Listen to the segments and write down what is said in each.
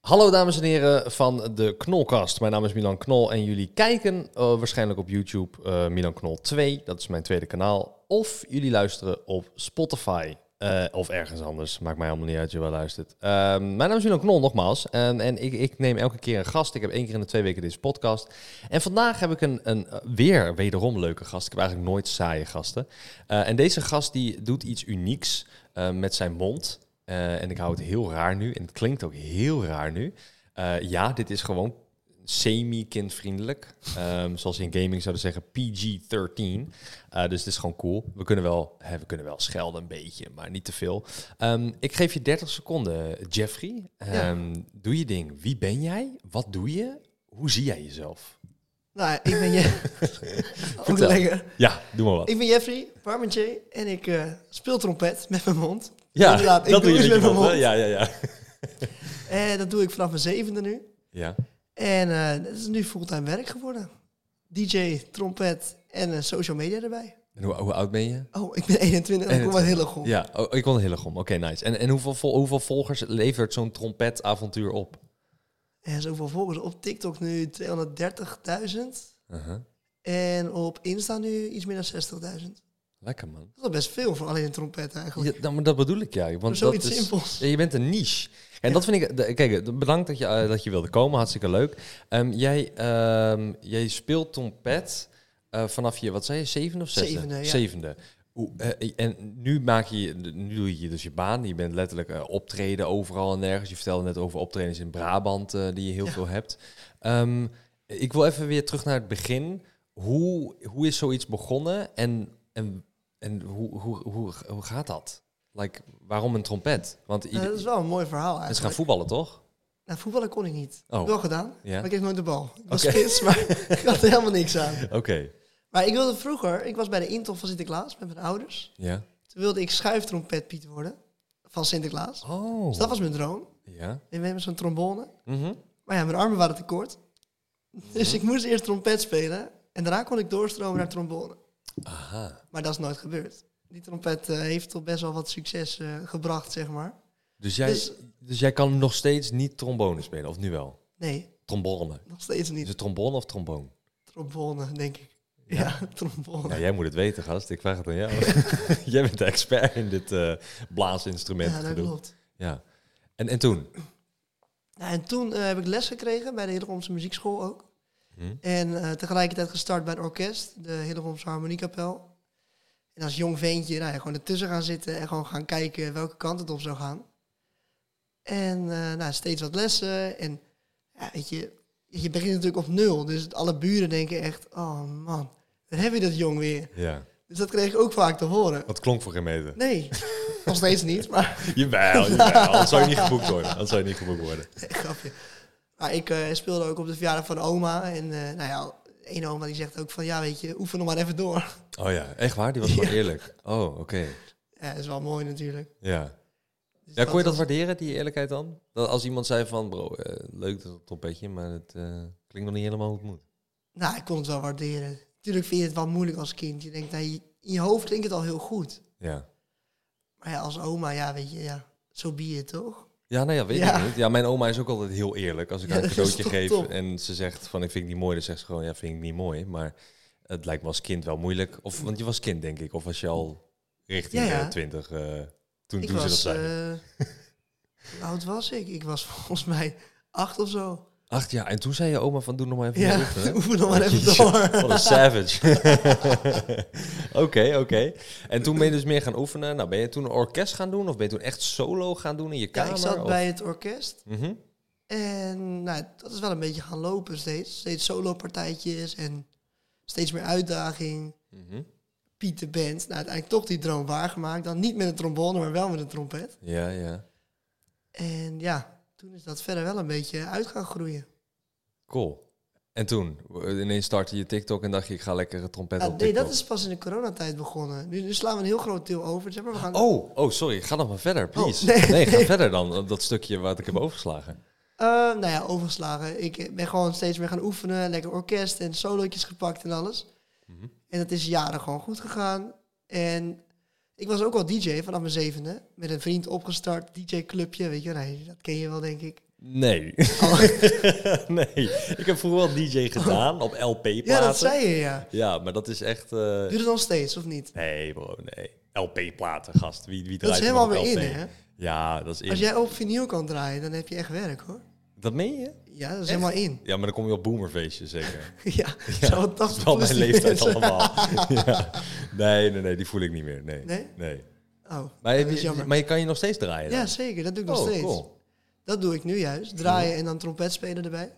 Hallo dames en heren van de Knolkast. Mijn naam is Milan Knol en jullie kijken eh, waarschijnlijk op YouTube eh, Milan Knol 2. Dat is mijn tweede kanaal. Of jullie luisteren op Spotify. eh, of ergens anders. Maakt mij helemaal niet uit, je wel luistert. Ehm, mijn naam is Milan Knol nogmaals. En, en ik, ik neem elke keer een gast. Ik heb één keer in de twee weken deze podcast. En vandaag heb ik een, een eh, weer wederom leuke gast. Ik heb eigenlijk nooit saaie gasten. Eh, en deze gast die doet iets unieks eh, met zijn mond. Eh, en ik hou het heel raar nu. En het klinkt ook heel raar nu. Eh, ja, dit is gewoon semi-kindvriendelijk. Ehm, zoals ze in gaming zouden zeggen PG-13. Eh, dus het is gewoon cool. We kunnen, wel, hè, we kunnen wel schelden een beetje, maar niet te veel. Ehm, ik geef je 30 seconden, Jeffrey. Ehm, Doe je ding. Wie ben jij? Wat doe je? Hoe zie jij jezelf? Nou, ik ben je. Ook Vertel. lekker. Ja, doe maar wat. Ik ben Jeffrey, parmentier, en ik eh, speel trompet met mijn mond. ja, inderdaad, ik doe iets met je met mijn mond, hè? mond. Ja, ja, ja. En dat doe ik vanaf mijn zevende nu. ja. En eh, dat is nu fulltime werk geworden. DJ, trompet en eh, social media erbij. En hoe, hoe oud ben je? Oh, ik ben 21 en ik kom uit Hillegom. Ja, oh, ik wil een hele gom. Oké, nice. En, en hoeveel, vol- hoeveel volgers levert zo'n trompetavontuur op? En zoveel volgers op TikTok nu 230.000. Uh-huh. En op Insta nu iets meer dan 60.000. Dat Lekker man. is al best veel voor alleen een trompet eigenlijk. Ja, nou, maar dat bedoel ik ja. Want Zoiets dat is, simpels. Ja, je bent een niche. En dat vind ik. de- Kijk, de- bedankt dat je, eh, dat je wilde komen. Hartstikke leuk. Ehm, jij, ehm, jij speelt trompet eh, vanaf je, wat zei je, zevende of zesde? Zevende, ja. Zevende. Hoe, eh, en nu maak je, nu doe je dus je baan. Je bent letterlijk eh, optreden overal en nergens. Je vertelde net over optredens in Brabant, eh, die je heel Ja. veel hebt. Ehm, ik wil even weer terug naar het begin. Hoe, hoe is zoiets begonnen en, en, en hoe, hoe, hoe, hoe gaat dat? Like, waarom een trompet? Want Nou, ieder- dat is wel een mooi verhaal eigenlijk. mensen gaan voetballen, toch? Nou, voetballen kon ik niet. Oh. Wel gedaan, Ja. maar ik kreeg nooit de bal. Ik was Oké. spits, maar ik had er helemaal niks aan. Oké. Maar ik wilde vroeger, ik was bij de intocht van Sinterklaas met mijn ouders. Ja. Toen wilde ik schuiftrompetpiet worden van Sinterklaas. Oh. Dus dat was mijn droom. Ja. En we hebben zo'n trombone. Mhm. Maar ja, mijn armen waren te kort. Dus ik moest eerst trompet spelen. En daarna kon ik doorstromen naar trombone. Aha. Maar dat is nooit gebeurd. Die trompet eh, heeft toch best wel wat succes eh, gebracht, zeg maar. Dus jij, dus, Dus- jij kan nog steeds niet trombone spelen, of nu wel? Nee, Trombone. nog steeds Is niet. het trombone of tromboon? Trombone, denk ik. Ja, trombone. Nou, jij moet het weten, gast. Ik vraag het aan jou. jij bent de expert in dit eh, blaasinstrument. ja, dat gedoe. klopt. Ja. En, en toen? Nou, en toen eh, heb ik les gekregen bij de Hillegomse Muziekschool ook. Hm? En eh, tegelijkertijd gestart bij een orkest, de Hillegomse Harmoniekapel. En als jong ventje, nou ja, gewoon ertussen gaan zitten en gewoon gaan kijken welke kant het op zou gaan. En eh, nou, steeds wat lessen. En ja, weet je, je begint natuurlijk op nul. Dus alle buren denken echt, oh man, daar heb je dat jong weer. Ja. Dus dat kreeg ik ook vaak te horen. Dat klonk voor geen meter. Nee, nog steeds niet, maar Jawel, jawel. Anders zou je niet geboekt worden. Anders zou je niet geboekt worden. Grapje. Maar ik eh, speelde ook op de verjaardag van oma. En eh nou ja, één oma die zegt ook van... Ja, weet je, oefen nog maar even door. Oh ja, echt waar? Die was gewoon eerlijk. Oh, oké. Ja, dat is wel mooi natuurlijk. Ja. Dus ja. Kon je dat was- waarderen, die eerlijkheid dan? Dat als iemand zei van, bro, eh, leuk dat trompetje, maar het eh, klinkt nog niet helemaal hoe het moet. Nou, ik kon het wel waarderen. Natuurlijk vind je het wel moeilijk als kind. Je denkt, nou, je, in je hoofd klinkt het al heel goed. Ja. Maar ja, als oma, ja, weet je, ja, zo be it, toch? Ja, nou ja, weet Ja. ik niet. Ja, mijn oma is ook altijd heel eerlijk. Als ik Ja, haar een dat is cadeautje toch geef top. en ze zegt van, ik vind het niet mooi, dan zegt ze gewoon, ja, vind ik niet mooi. Maar het lijkt me als kind wel moeilijk. Of, want je was kind, denk ik. Of was je al richting Ja, ja. eh, 20, eh, toen, Ik toen ze dat was... zei. eh, hoe oud was ik? Ik was volgens mij acht of zo. Acht jaar. En toen zei je oma van, doe nog maar even Ja, meer oefenen. oefen nog maar even Jeetje, door. Wat een savage. Oké, oké. En toen ben je dus meer gaan oefenen. Nou, ben je toen een orkest gaan doen? Of ben je toen echt solo gaan doen in je Ja, kamer? ik zat of- bij het orkest. Mhm. En nou, dat is wel een beetje gaan lopen steeds. Steeds solo-partijtjes en steeds meer uitdaging. Mhm. Piet de Band. Nou, uiteindelijk toch die droom waargemaakt. Dan niet met een trombone, maar wel met een trompet. Ja, ja. En ja, toen is dat verder wel een beetje uit gaan groeien. Cool. En toen? eh, Ineens startte je TikTok en dacht je, ik ga lekker een trompet Ah, op nee, TikTok. dat is pas in de coronatijd begonnen. Nu, nu slaan we een heel groot deel over. Zeg maar, we gaan... Oh, oh, sorry. Ga nog maar verder, please. nee. nee. ga verder dan. eh, Dat stukje wat ik heb overgeslagen. Eh, nou ja, overgeslagen. Ik ben gewoon steeds meer gaan oefenen. Lekker orkest en solootjes gepakt en alles. Mhm. En dat is jaren gewoon goed gegaan. En ik was ook al DJ vanaf mijn zevende. Met een vriend opgestart, DJ-clubje. Weet je, wel, nou, dat ken je wel, denk ik. Nee. Oh. nee. Ik heb vroeger wel DJ gedaan op LP-platen. Ja, dat zei je, ja. Ja, maar dat is echt... eh, Doe het nog steeds, of niet? Nee, bro, nee. LP-platen, gast. Wie, wie draait Dat is er helemaal nog weer in, LP? hè? Ja, dat is in. Als jij op vinyl kan draaien, dan heb je echt werk, hoor. Dat meen je? Ja, dat is helemaal in. Ja, maar dan kom je op boomerfeestjes zeker. ja, Ja, zo dat 80 is wel plus mijn die leeftijd mensen. allemaal. ja. Nee, nee, nee, die voel ik niet meer. Nee. Nee? Oh, Maar, dat is je, jammer. maar je kan je nog steeds draaien? dan? Ja, zeker. Dat doe ik nog Oh, steeds. cool. Dat doe ik nu juist. Draaien en dan trompet spelen erbij.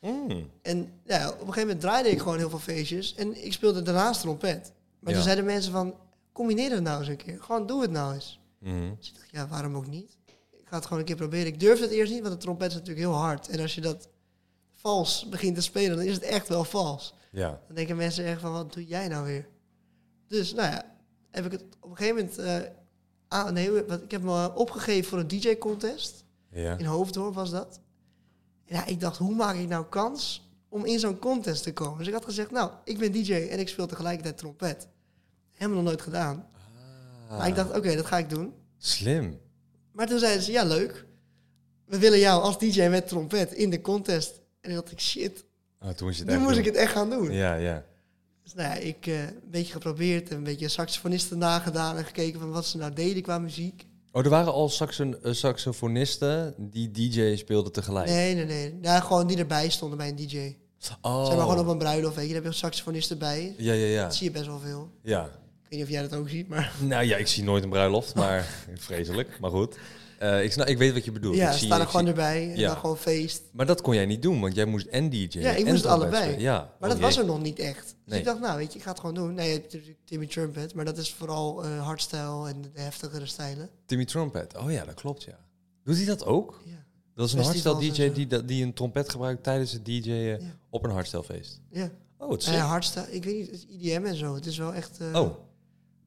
Mm. En ja, op een gegeven moment draaide ik gewoon heel veel feestjes. En ik speelde daarnaast trompet. Maar Ja. toen zeiden mensen van, combineer het nou eens een keer. Gewoon doe het nou eens. Mhm. Dus ik dacht, ja, waarom ook niet? Ik ga het gewoon een keer proberen. Ik durfde het eerst niet, want de trompet is natuurlijk heel hard. En als je dat vals begint te spelen, dan is het echt wel vals. Ja. Dan denken mensen echt van, wat doe jij nou weer? Dus, nou ja, heb ik het op een gegeven moment... eh, aan- nee, wat, ik heb me eh, opgegeven voor een DJ-contest. Ja. In Hoofddorp was dat. En ja, ik dacht, hoe maak ik nou kans om in zo'n contest te komen? Dus ik had gezegd, nou, ik ben DJ en ik speel tegelijkertijd trompet. Helemaal nog nooit gedaan. Ah. Maar ik dacht, oké, dat ga ik doen. Slim. Maar toen zeiden ze, ja, leuk. We willen jou als DJ met trompet in de contest. En toen dacht ik, shit, Ah, toen moest je het nu echt moest ik doen. het echt gaan doen. Ja, ja. Dus nou ja, ik eh, een beetje geprobeerd en een beetje saxofonisten nagedaan en gekeken van wat ze nou deden qua muziek. Oh, er waren al saxon, eh, saxofonisten die DJ speelden tegelijk. Nee, nee, nee. Ja, gewoon die erbij stonden bij een DJ. Zeg Oh. maar gewoon op een bruiloft, weet je, daar heb je saxofonisten bij. Ja, ja, ja. Dat zie je best wel veel. Ja. Ik weet niet of jij dat ook ziet, maar... Nou ja, ik zie nooit een bruiloft, maar vreselijk. Maar goed. Eh, ik, snap, ik weet wat je bedoelt. ja, ik zie, staan er ik gewoon zie- erbij en Ja. dan gewoon feest. Maar dat kon jij niet doen, want jij moest en DJ. Ja, ik en moest het trompet allebei. spelen. Ja. oh, Maar dat was er nog niet echt. Dus Nee. ik dacht, nou weet je, ik ga het gewoon doen. Nee, je hebt natuurlijk Timmy Trumpet, maar dat is vooral eh hardstyle en de heftigere stijlen. Timmy Trumpet. Oh ja, dat klopt, ja. Doet hij dat ook? Ja, Dat is een Festivals hardstyle en DJ zo. die, dat- die een trompet gebruikt tijdens het DJ'en Ja. op een hardstylefeest. ja. Oh, het is Nou ja hardstyle, ik weet niet, het is IDM en zo. Het is wel echt... eh, Oh,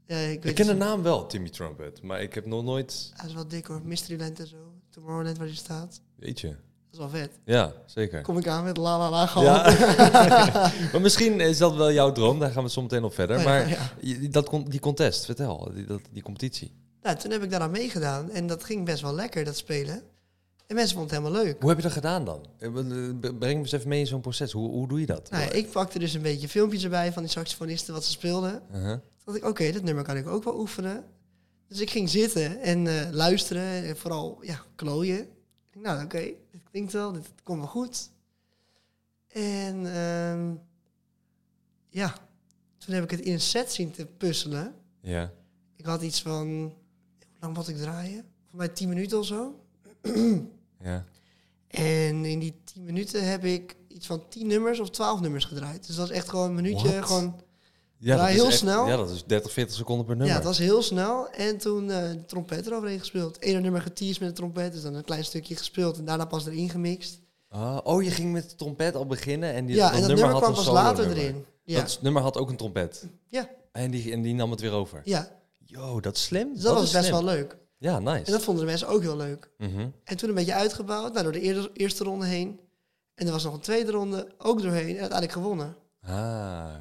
ja, ik, weet ik ken de het naam wel, Timmy Trumpet. Maar ik heb nog nooit... Hij is wel dik hoor, Mysteryland en zo. Tomorrowland waar je staat. Weet je. Dat is wel vet. Ja, zeker. Kom ik aan met la la la gewoon. Ja. maar misschien is dat wel jouw droom. Daar gaan we zo meteen op verder. Ja, maar ja. je- dat, con- die contest, vertel. Die, dat, die competitie. Nou, toen heb ik daaraan meegedaan en dat ging best wel lekker, dat spelen. En mensen vonden het helemaal leuk. Hoe heb je dat gedaan dan? Eh, b- b- Breng me eens even mee in zo'n proces. Hoe, hoe doe je dat? Nou, ja, ik pakte dus een beetje filmpjes erbij van die saxofonisten wat ze speelden. Uh-huh. Toen dacht ik, oké, dat nummer kan ik ook wel oefenen. Dus ik ging zitten en eh, luisteren en vooral ja, klooien. Ik dacht, nou, oké, dit klinkt wel, dit komt wel goed. En ehm, ja, toen heb ik het in een set zien te puzzelen. Ja. Ik had iets van, hoe lang moet ik draaien? Voor mij 10 minuten of zo. Ja. En in die 10 minuten heb ik iets van 10 nummers of 12 nummers gedraaid. Dus dat is echt gewoon een minuutje, What? gewoon Ja, Maar is heel echt- snel. Ja, dat is 30, 40 seconden per nummer. Ja, het was heel snel. En toen eh de trompet eroverheen gespeeld. Eén nummer geteased met de trompet, dus dan een klein stukje gespeeld. En daarna pas erin gemixt. Ah, oh, je ging met de trompet al beginnen en die ja, en dat nummer, had kwam een pas solo later nummer. erin. Ja, Dat nummer had ook een trompet. ja, En die, en die nam het weer over. ja. Yo, dat is slim. Dus dat, was is best slim. wel leuk. Ja, nice. En dat vonden de mensen ook heel leuk. Mhm. En toen een beetje uitgebouwd, nou, door de eerste, eerste ronde heen. En er was nog een tweede ronde, ook doorheen. En uiteindelijk gewonnen. Ah.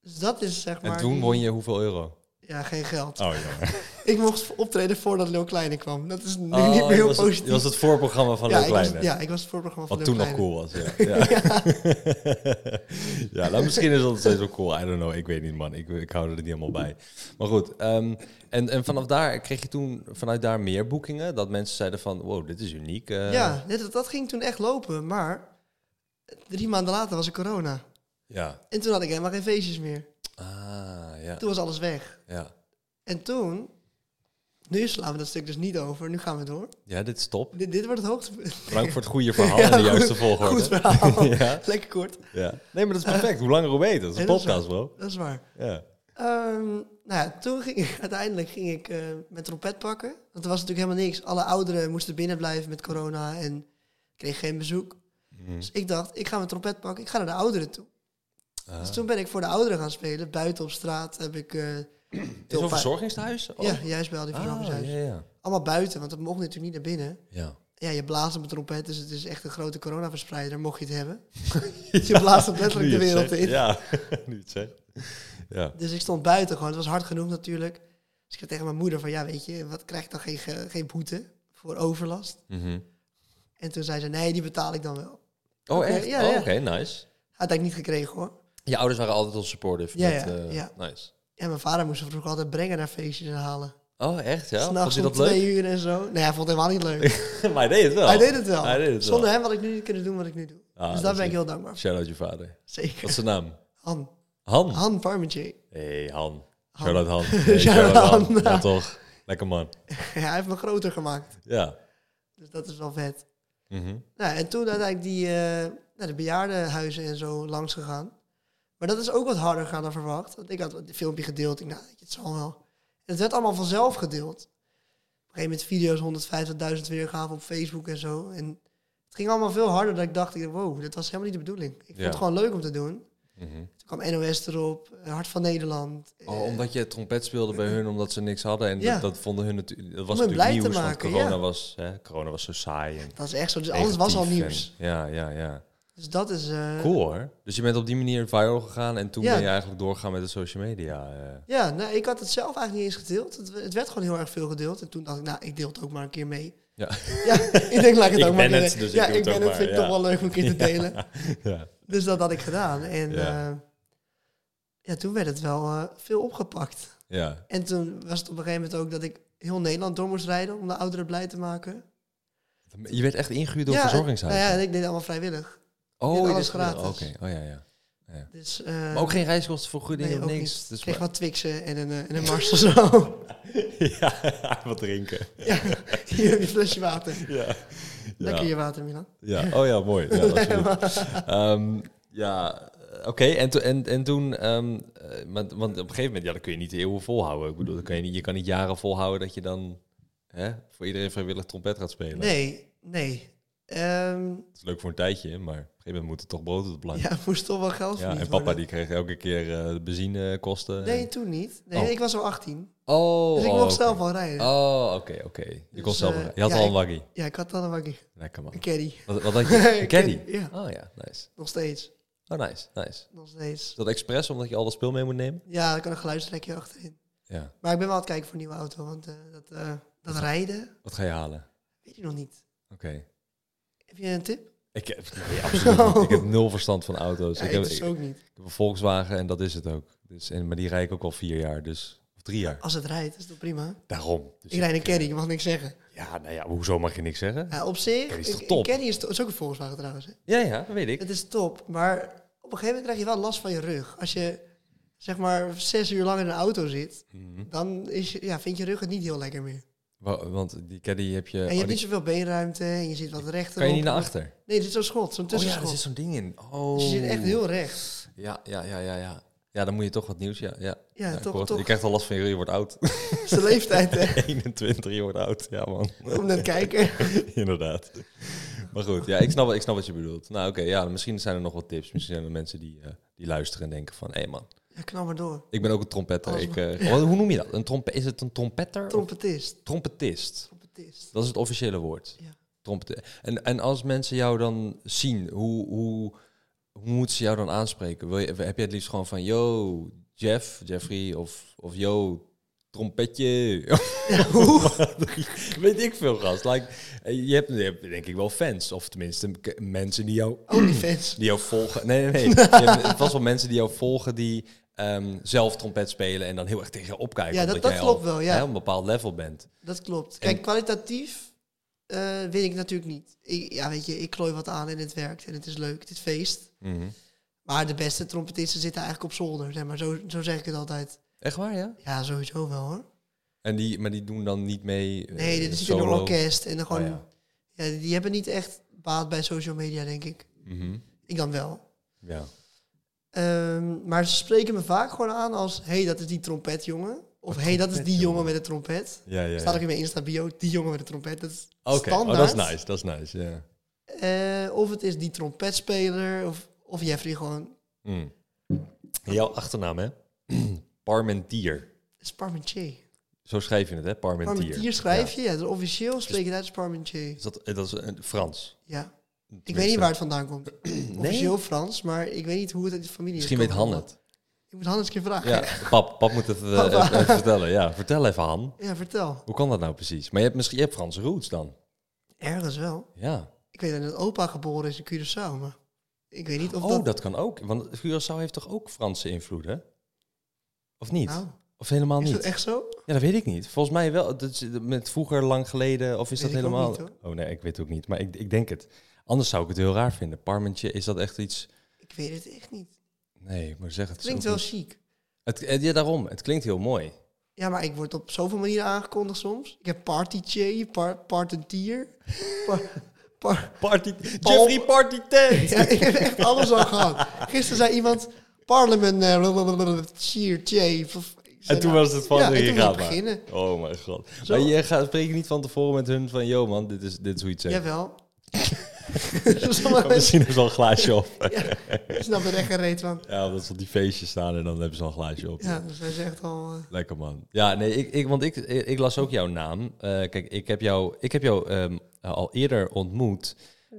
Dus dat is zeg maar... En toen won je hoeveel euro? Ja, geen geld. Oh, ja. Ik mocht optreden voordat Leo Kleine kwam. Dat is nu Oh, niet meer heel was positief. Het, was het voorprogramma van ja, Leuk ik Kleine. was, ja, ik was het voorprogramma van Wat Leo toen nog Kleine. cool was. Ja, ja. ja nou, misschien is dat nog steeds wel cool. I don't know. Ik weet niet, man. Ik, ik hou er niet helemaal bij. Maar goed. ehm, en, en vanaf daar kreeg je toen vanuit daar meer boekingen. Dat mensen zeiden van, wow, dit is uniek. eh. Ja, net, dat- dat ging toen echt lopen, maar drie maanden later was er corona. Ja. En toen had ik helemaal geen feestjes meer. Ah, ja. Toen was alles weg. Ja, En toen, nu slaan we dat stuk dus niet over, nu gaan we door. ja dit is top. Dit, dit wordt het hoogtepunt. Bedankt voor het goede verhaal Ja, en de juiste goed- volgorde. Goed verhaal. Ja. Lekker kort, Ja. Nee, maar dat is perfect. Hoe langer hoe beter. Dat is een Ja, dat is podcast, bro. dat is waar. Ja. Ehm, nou ja, toen ging, uiteindelijk ging ik eh mijn trompet pakken. Want er was natuurlijk helemaal niks. Alle ouderen moesten binnen blijven met corona en ik kreeg geen bezoek. Hmm. Dus ik dacht, ik ga mijn trompet pakken, ik ga naar de ouderen toe. Ah. Dus toen ben ik voor de ouderen gaan spelen. Buiten op straat heb ik... eh, Is top het een vijf- verzorgingstehuis? Oh. Ja, juist bij al die Ah, verzorgingshuizen. ja, ja. Allemaal buiten, want dat mocht natuurlijk niet naar binnen. ja. Ja, je blaast op een trompet, dus het is echt een grote coronaverspreider, mocht je het hebben. je blaast hem letterlijk de Nu je het wereld zegt. in. Ja, nu je het zegt. Ja. Dus ik stond buiten gewoon. Het was hard genoeg natuurlijk. Dus ik zei tegen mijn moeder van, ja weet je, wat krijg ik dan geen, ge- geen boete voor overlast? Mhm. En En toen zei ze, nee, die betaal ik dan wel. Oh, Oké, echt? ja, oh, ja. Oké, nice. Had ik niet gekregen hoor. Je ouders waren altijd al supportive. Ja, met, ja, eh, ja. Nice. En mijn vader moest ze vroeger altijd brengen naar feestjes en halen. Oh, echt? Ja? Vond S'nachts je om dat twee leuk? uur en zo. Nee, hij vond het helemaal niet leuk. maar hij deed het wel. Hij deed het wel. Hij deed het Zonder wel. hem had ik nu niet kunnen doen wat ik nu doe. Ah, dus dat daar is ben lief. ik heel dankbaar voor. Shout-out je vader. Wat Zeker. is zijn naam? Han. Han. Han Parmentier. hey, Han. Han. Shout-out Han. Hey, Shout-out shout-out Han. Han. Ja, toch? Lekker man. hij heeft me groter gemaakt. Ja. Dus dat is wel vet. Mhm. Nou, en toen uiteindelijk die, eh naar de bejaardenhuizen en zo langs gegaan. Maar dat is ook wat harder gaan dan verwacht. Want ik had het filmpje gedeeld. Ik dacht, nou, het zal wel. En het werd allemaal vanzelf gedeeld. Op een gegeven moment video's 150.000 weergaven op Facebook en zo. En het ging allemaal veel harder dan ik dacht. Ik dacht, wow, dit was helemaal niet de bedoeling. Ik vond Ja. het gewoon leuk om te doen. Mhm. Toen kwam NOS erop, eh, Hart van Nederland. Oh, eh, omdat je trompet speelde bij hun, omdat ze niks hadden. En Ja. dat, dat vonden hun natuurlijk. Dat was hen natuurlijk blij te nieuws, want maken, corona, ja. was, hè, corona was zo saai. En Dat is echt zo. Dus alles was al negatief nieuws. en- ja, ja, ja. Dus dat is... eh, Cool hoor. Dus je bent op die manier viral gegaan en toen Ja. ben je eigenlijk doorgegaan met de social media. eh. Ja, nou, ik had het zelf eigenlijk niet eens gedeeld. Het, het werd gewoon heel erg veel gedeeld. En toen dacht ik, nou, ik deel het ook maar een keer mee. Ja. Ja, ik denk, laat ik het Ik ook maar ben een keer het, mee. dus ik Ja, doe het ben ook het, maar, vind ik ja. toch wel leuk om een keer te delen. ja. Dus dat had ik gedaan. En Ja. ja, ja toen werd het wel eh, veel opgepakt. ja. En toen was het op een gegeven moment ook dat ik heel Nederland door moest rijden om de ouderen blij te maken. Je werd echt ingehuurd door ja, verzorgingshuizen. Nou ja, en ik deed het allemaal vrijwillig. oh, dit je alles deed het- gratis. Oké, oh ja, ja. Dus, eh, Maar ook geen reiskostenvergoeding nee, of ook niks. niet. Dus ik kreeg maar- wat twixen en een, eh, en een mars of zo. ja, wat drinken. ja, hier heb je een flesje water. Ja. Lekker Ja. je water, Milan. Ja, oh ja, mooi. Ja, absoluut. Ehm, ja, eh, oké. En, toen- en, en toen, ehm, eh, want, want op een gegeven moment, ja, dat kun je niet eeuwen volhouden. Ik bedoel, dat kan je, niet, je kan niet jaren volhouden dat je dan hè, voor iedereen vrijwillig trompet gaat spelen. Nee, nee. Ehm, Dat is leuk voor een tijdje, maar op een gegeven moment moet er toch brood op de plank. ja, het moest toch wel geld Ja, verdienen. en papa die kreeg elke keer eh, de benzinekosten. Nee, toen niet. Nee, Oh. ik was al 18. Oh, Dus ik oh, mocht oké. zelf al rijden. Oh, oké, oké. Je kon Dus, zelf eh, wel- Je had ja, al een ik- waggie. Ja, ik had dan een wakkie. Lekker man. Een caddy. Wat, wat had je? Een caddy? Ja, Oh ja, nice. nog steeds. Oh, nice, nice. Nog steeds. Is dat expres, omdat je al dat spul mee moet nemen? Ja, ik kan een geluidstrekje achterin. Ja. Maar ik ben wel aan het kijken voor een nieuwe auto. Want eh, dat, eh, dat rijden, Wat ga je halen? weet je nog niet. Oké. Heb je een tip? Ik heb, nee, absoluut niet. ik heb nul verstand van auto's. Ja, ik, ik heb, dus ik ook niet. heb een Volkswagen en dat is het ook. Dus, en, maar die rijd ik ook al vier jaar, dus of drie jaar. Als het rijdt, is dat prima. Daarom. Dus Ik rijd een caddy, ik mag niks zeggen. Ja, nou ja, hoezo mag je niks zeggen? Ja, op zich, Caddy is toch een- top? een caddy is, to- is ook een Volkswagen trouwens. Hè? Ja, ja, dat weet ik. Het is top, maar op een gegeven moment krijg je wel last van je rug. Als je zeg maar zes uur lang in een auto zit, Mhm. dan is je, ja, vind je rug het niet heel lekker meer. Wa- Want die caddy heb je... en oh, je hebt die- niet zoveel beenruimte en je zit wat rechter. kan je niet naar achter? Nee, er zit zo'n schot, zo'n Oh ja, er tussenschot. zit zo'n ding in. Oh. Dus je zit echt heel recht. Ja, ja, ja, ja, ja. Ja, dan moet je toch wat nieuws, ja. Ja, Ja, ik toch, hoor het. toch. Je krijgt al last van je, je wordt oud. Dat is de leeftijd, hè. 21, je wordt oud. Ja, man. Om net kijken. Inderdaad. Maar goed, ja, ik snap, wel- ik snap wat je bedoelt. Nou, oké, ja, misschien zijn er nog wat tips. Misschien zijn er mensen die, eh, die luisteren en denken van... Hé, man, Ja, knal maar door. ik ben ook een trompetter. Alles Ik, eh, wat- hoe noem je dat? Een trompe is het een trompetter? of Trompetist. trompetist. Trompetist. Dat is het officiële woord. Ja. Trompet. En, en als mensen jou dan zien, hoe, hoe, hoe moeten ze jou dan aanspreken? Wil je, heb je het liefst gewoon van... Yo, Jeff, Jeffrey, of, of yo... Trompetje. Weet ik veel, gast. Like, eh, je, hebt, je hebt denk ik wel fans. Of tenminste k- mensen die jou Onlyfans. die jou volgen. Nee, nee, nee. Je hebt het was wel mensen die jou volgen die ehm, zelf trompet spelen en dan heel erg tegen jou opkijken. Ja, dat- omdat dat jij klopt al, wel, ja. hè, op een bepaald level bent. Dat klopt. En- Kijk, kwalitatief eh, weet ik natuurlijk niet. Ik, ja, weet je, ik klooi wat aan en het werkt en het is leuk. Het is feest. Mhm. Maar de beste trompetisten zitten eigenlijk op zolder, zeg maar. Zo, zo zeg ik het altijd. Echt waar, ja? Ja, sowieso wel, hoor. En die, maar die doen dan niet mee. eh, Nee, dit is niet in solo. een orkest. En dan gewoon, Oh, ja. ja. die hebben niet echt baat bij social media, denk ik. Mhm. Ik dan wel. Ja. Ehm, maar ze spreken me vaak gewoon aan als... hey, dat is die trompetjongen. Of hey, dat is die trompetjongen. jongen met de trompet. Ja, ja. Staat ook in mijn Insta-bio, die jongen met de trompet. Dat is Oké, standaard. oh, dat is nice, dat is nice, ja. Eh, of het is die trompetspeler, of, of Jeffrey gewoon... Mm. En Jouw achternaam, hè? Parmentier. is Parmentier. Zo schrijf je het, hè? Parmentier. Parmentier schrijf je, ja. dus officieel spreek je het uit als Parmentier. Is dat, eh, dat is een- Frans. Ja. Ik weet Tenminste. niet waar het vandaan komt. Officieel Frans, maar ik weet niet hoe het in de familie is. Misschien weet Han gekomen. het. Ik moet Han eens een keer vragen. Ja, Ja, pap, pap moet het eh, even vertellen. Ja, vertel even, Han. vertel. Hoe kan dat nou precies? Maar je hebt misschien je hebt Franse roots dan. Ergens wel. Ja. Ik weet dat opa geboren is in Curaçao, maar ik weet niet of oh, dat... dat... kan ook. Want Curaçao heeft toch ook Franse invloed, hè? Of niet? Nou, of helemaal is niet? dat echt zo? Ja, dat weet ik niet. Volgens mij wel. Dat is met vroeger lang geleden. Of is Weet dat ik ook helemaal... niet, hoor. oh nee, ik weet het ook niet. Maar ik, ik denk het. Anders zou ik het heel raar vinden. Parmentje, is dat echt iets... Ik weet het echt niet. Nee, maar zeg het. Het klinkt zo wel chic. Het, eh, ja, daarom. Het klinkt heel mooi. Ja, maar ik word op zoveel manieren aangekondigd soms. Ik heb partytje, par, partentier. Par, par, Party... Paul- Jeffrey Party Tent! ja, ik heb echt alles al gehad. Gisteren zei iemand parlement, eh, blablabla, cheer, tje. Of- ik zei, En toen nou, was het van, eh, ja, en je toen was gaat het maar. beginnen. Oh mijn god. Zo. Maar je gaat spreken niet van tevoren met hun van... Yo man, dit is, dit is hoe je het zegt. Jawel. Sommige Maar mensen Misschien hebben ze al een glaasje op. snappen er echt geen reet van. Ja, omdat ze op die feestjes staan en dan hebben ze al een glaasje op. Ja, dus hij zegt al... eh, Lekker man. Ja, nee, ik, ik, want ik, ik, ik las ook jouw naam. Eh, kijk, ik heb jou, ik heb jou ehm, al eerder ontmoet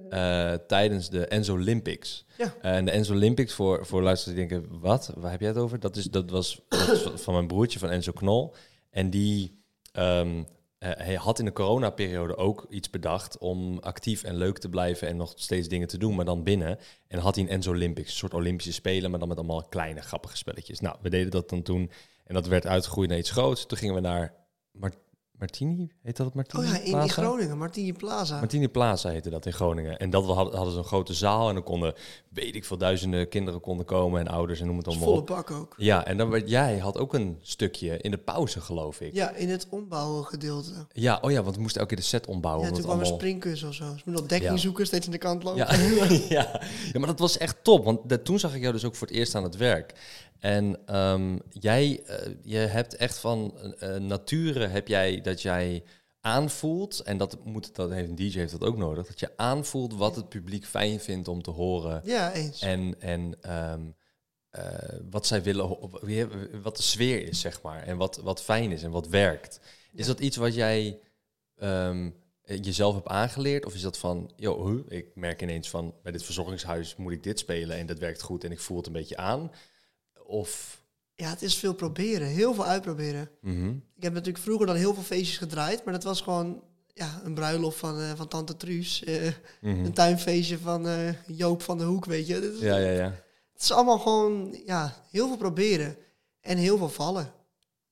eh, tijdens de Enzo Olympics. Ja. en de Enzo Olympics, voor, voor luisteraars die denken, wat? Waar heb jij het over? Dat, is, dat was dat is van mijn broertje, van Enzo Knol. En die ehm, eh, hij had in de coronaperiode ook iets bedacht om actief en leuk te blijven en nog steeds dingen te doen, maar dan binnen. En had hij een Enzo Olympics, een soort Olympische Spelen, maar dan met allemaal kleine grappige spelletjes. Nou, we deden dat dan toen en dat werd uitgegroeid naar iets groots. Toen gingen we naar Mar- Martini, heet dat het Martini? Oh ja, in, in Plaza? Groningen, Martini Plaza. Martini Plaza heette dat in Groningen. En dat we hadden, hadden ze een grote zaal en dan konden, weet ik veel, duizenden kinderen konden komen en ouders en noem het Dat is allemaal volle op. bak ook. Ja, en dan werd, jij had ook een stukje in de pauze, geloof ik. Ja, in het ombouwgedeelte. Ja, oh ja, want we moesten elke keer de set ombouwen. Ja, toen omdat kwam een allemaal... springkussen of zo. Ze moeten al dekking Ja. zoeken, steeds aan de kant lopen. Ja, ja. ja, maar dat was echt top. Want dat, toen zag ik jou dus ook voor het eerst aan het werk. En ehm, jij, eh, je hebt echt van eh, nature heb jij dat jij aanvoelt. En dat moet, dat heeft een DJ heeft dat ook nodig. Dat je aanvoelt wat het publiek fijn vindt om te horen. Ja, eens. En, en ehm, eh, wat zij willen, ho- wat de sfeer is, zeg maar. En wat, wat fijn is en wat werkt. Is Ja. dat iets wat jij ehm, eh, jezelf hebt aangeleerd? Of is dat van, joh, huh, ik merk ineens van, bij dit verzorgingshuis moet ik dit spelen en dat werkt goed en ik voel het een beetje aan? Of, Ja, het is veel proberen. Heel veel uitproberen. mhm, Ik heb natuurlijk vroeger dan heel veel feestjes gedraaid. Maar dat was gewoon ja, een bruiloft van, eh, van tante Truus. eh, mhm. Een tuinfeestje van eh, Joop van de Hoek, weet je. Dit is- ja, ja, ja. Het is allemaal gewoon ja, heel veel proberen. En heel veel vallen.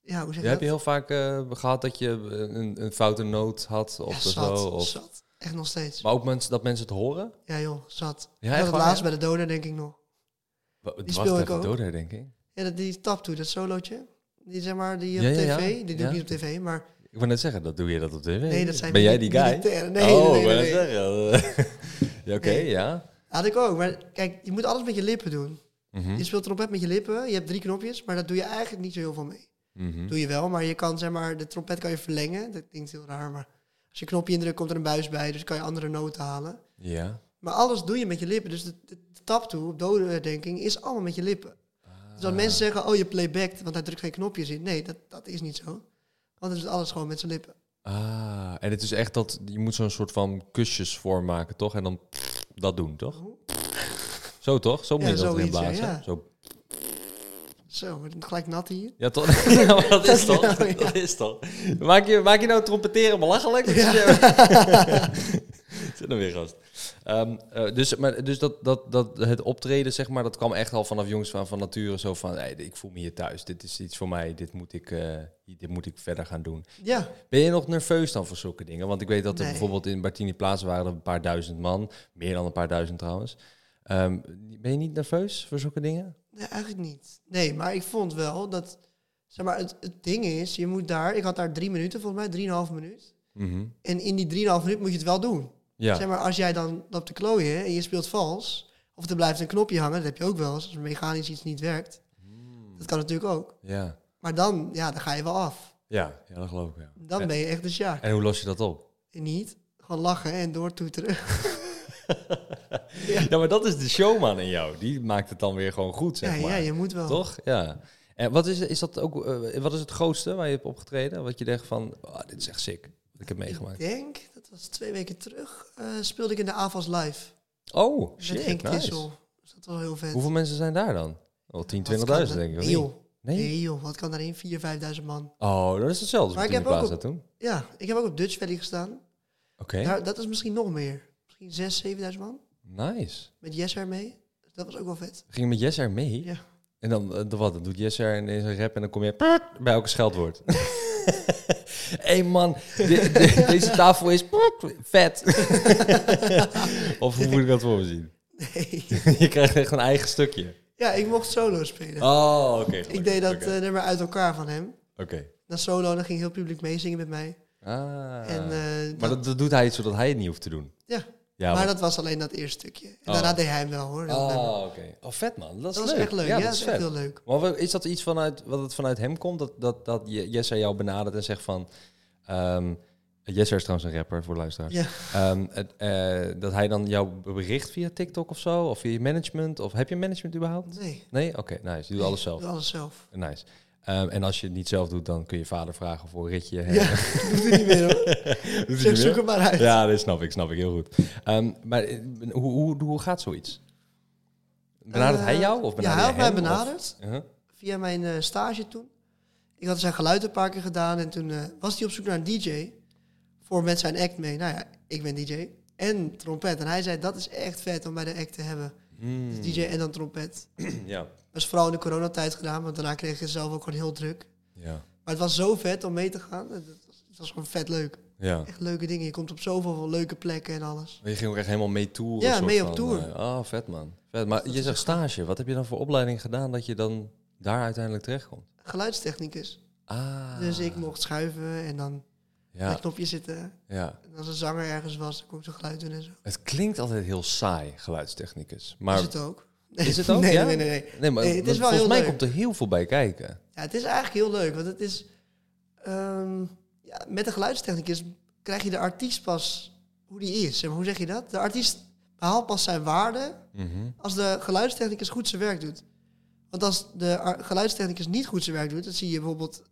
Ja, hoe Ja, zeg je heb dat? je heel vaak eh, gehad dat je een, een foute noot had Ja, of zat, zo? Of, zat. Echt nog steeds. maar ook mensen, dat mensen het horen? Ja joh, zat. Ja, Ja, echt het waar, laatst ja? bij de doner denk ik nog. Wa- Het Die was speel even ik ook. doder, denk ik. Ja, dat, die tap toe, dat solootje. Die zeg maar, die op Ja, ja, ja. tv. Die doe Ja. ik niet op tv, maar Ik wil net zeggen, dat doe je dat op tv. nee, dat zijn ben jij die mili- guy? militairen. Nee, nee, oh, nee, ik wil nee. net zeggen. ja, Oké, Nee. ja. Had ik ook, maar kijk, je moet alles met je lippen doen. Mhm, Je speelt trompet met je lippen, je hebt drie knopjes, maar dat doe je eigenlijk niet zo heel veel mee. mhm. Doe je wel, maar je kan zeg maar, de trompet kan je verlengen. Dat klinkt heel raar, maar als je een knopje indrukt komt er een buis bij, dus kan je andere noten halen. Ja. Maar alles doe je met je lippen, dus de, de, de tap toe, op dodenherdenking, is allemaal met je lippen. Dus Ah. als mensen zeggen, oh je playbackt, want hij drukt geen knopjes in. Nee, dat, dat is niet zo. Want het is alles gewoon met zijn lippen. Ah, en het is echt dat je moet zo'n soort van kusjesvorm maken, toch? En dan dat doen, toch? Zo toch? Zo moet Mhm. Ja, je dat erin zoiets, ja, blazen. ja. Zo. Zo, wordt het gelijk nat hier. ja toch? ja, maar dat is toch? Ja, ja. Dat is toch? Maak je, maak je nou trompetteren belachelijk? Dat is je- Zit er weer gast. Ehm, eh, dus maar, dus dat, dat, dat, het optreden, zeg maar, dat kwam echt al vanaf jongs van, van nature. Zo van, hey, ik voel me hier thuis. Dit is iets voor mij. Dit moet ik, eh, dit moet ik verder gaan doen. Ja, Ben je nog nerveus dan voor zulke dingen? Want ik weet dat er Nee. bijvoorbeeld in Bartini Plaza waren er een paar duizend man. Meer dan een paar duizend trouwens. Ehm, ben je niet nerveus voor zulke dingen? nee, eigenlijk niet. Nee, maar ik vond wel dat... Zeg maar, het, het ding is, je moet daar... Ik had daar drie minuten, volgens mij, drieënhalf minuut. En in die drieënhalf minuut moet je het wel doen. Ja. Zeg maar, als jij dan loopt te klooien en je speelt vals... Of er blijft een knopje hangen, dat heb je ook wel eens. Als mechanisch iets niet werkt. Dat kan natuurlijk ook. ja. Maar dan, ja, dan ga je wel af. Ja. ja, dat geloof ik. Ja. Dan en, ben je echt de sjaak. en hoe los je dat op? En niet gewoon lachen en doortoeteren. Ja, maar dat is de showman in jou. Die maakt het dan weer gewoon goed, Ja, zeg maar. ja, je moet wel. Toch? Ja. En wat is, is dat ook, eh, wat is het grootste waar je hebt opgetreden? Wat je denkt van, ah, dit is echt sick. Wat ik heb Ik meegemaakt. denk, dat was twee weken terug, eh, speelde ik in de AFAS Live. Oh, met shit, Henk nice. Tissel. Dus dat was heel vet. Hoeveel mensen zijn daar dan? Wel 10, 20.000 Wat kan denk ik. er- of Nee, niet? joh. Nee, joh. Wat kan daarin? 4.000, 5.000 man. Oh, dat is hetzelfde als Maar Martini ik heb ook Plaza op- toen. Ja, ik heb ook op Dutch Valley gestaan. Oké. Daar, dat is misschien nog meer. Misschien misschien 6, 7000 man. Nice. Met Jesser mee. Dus dat was ook wel vet. Ging je met Jesser mee? Ja. En dan, eh, dan wat? Dan doet Jesser en is een rap en dan kom je prrt bij elke scheldwoord. Hé hey man, de- de- deze tafel is prrt vet. of hoe moet ik dat voor me zien? Nee. je krijgt echt een eigen stukje. Ja, ik mocht solo spelen. Oh, oké. gelukkig. ik deed dat Oké. eh, nummer uit elkaar van hem. Oké. Dan solo, dan ging heel het publiek meezingen met mij. Ah. en, eh, maar dat- dat, dat doet hij zodat hij het niet hoeft te doen. ja. Ja, maar want- dat was alleen dat eerste stukje. En Oh. daarna deed hij hem wel hoor. heel nummer. Oh, oké. Oh, vet man. Dat is Dat was leuk. echt leuk. Ja, dat is echt heel leuk. Maar wa- is dat iets vanuit wat het vanuit hem komt? Dat, dat, dat Je- Jesse jou benadert en zegt van. ehm Jesse is trouwens een rapper voor de luisteraars. Ja. Ehm, het, eh, dat hij dan jou bericht via TikTok of zo? Of via je management? Of heb je management überhaupt? Nee. Nee? Oké, nice. Je doet alles zelf. Doe alles zelf. Nice. Ehm, en als je het niet zelf doet, dan kun je vader vragen voor een ritje. Ja, doe het niet meer hoor. Doet hij Zeg, niet meer? zoek hem maar uit. Ja, dat snap ik, snap ik heel goed. Ehm, maar eh, hoe, hoe, hoe gaat zoiets? Benadert hij Eh, jou? Of ja, benadert hij had mij hem, of- benaderd. Uh-huh. Via mijn eh, stage toen. Ik had dus zijn geluid een paar keer gedaan. En toen eh, was hij op zoek naar een DJ. Voor met zijn act mee. Nou ja, ik ben DJ. En trompet. En hij zei, dat is echt vet om bij de act te hebben. Hmm. Dus DJ en dan trompet. Ja. Dat is vooral in de coronatijd gedaan. Want daarna kreeg je zelf ook gewoon heel druk. Ja. Maar het was zo vet om mee te gaan. Het het was, het was gewoon vet leuk. ja. Echt leuke dingen. Je komt op zoveel leuke plekken en alles. Je ging ook echt helemaal mee toeren. Ja, soort mee op van, tour. eh, Ah, vet man. Vet. Maar je zegt stage. Wat heb je dan voor opleiding gedaan dat je dan daar uiteindelijk terechtkomt? Geluidstechnicus. Ah. Dus ik mocht schuiven en dan met Ja, knopje zitten. ja. En als een zanger ergens was, dan kon ik zijn geluid doen en zo. Het klinkt altijd heel saai, geluidstechnicus. Maar Is het ook? Nee. Is het ook, Nee, ja? nee, nee, nee. Nee, maar Nee, het want is wel volgens heel mij leuk. komt er heel veel bij kijken. Ja, het is eigenlijk heel leuk, want het is... ehm, ja, met de geluidstechnicus krijg je de artiest pas hoe die is. Zeg maar, hoe zeg je dat? De artiest behaalt pas zijn waarde Mhm. als de geluidstechnicus goed zijn werk doet. Want als de ar- geluidstechnicus niet goed zijn werk doet, dan zie je bijvoorbeeld...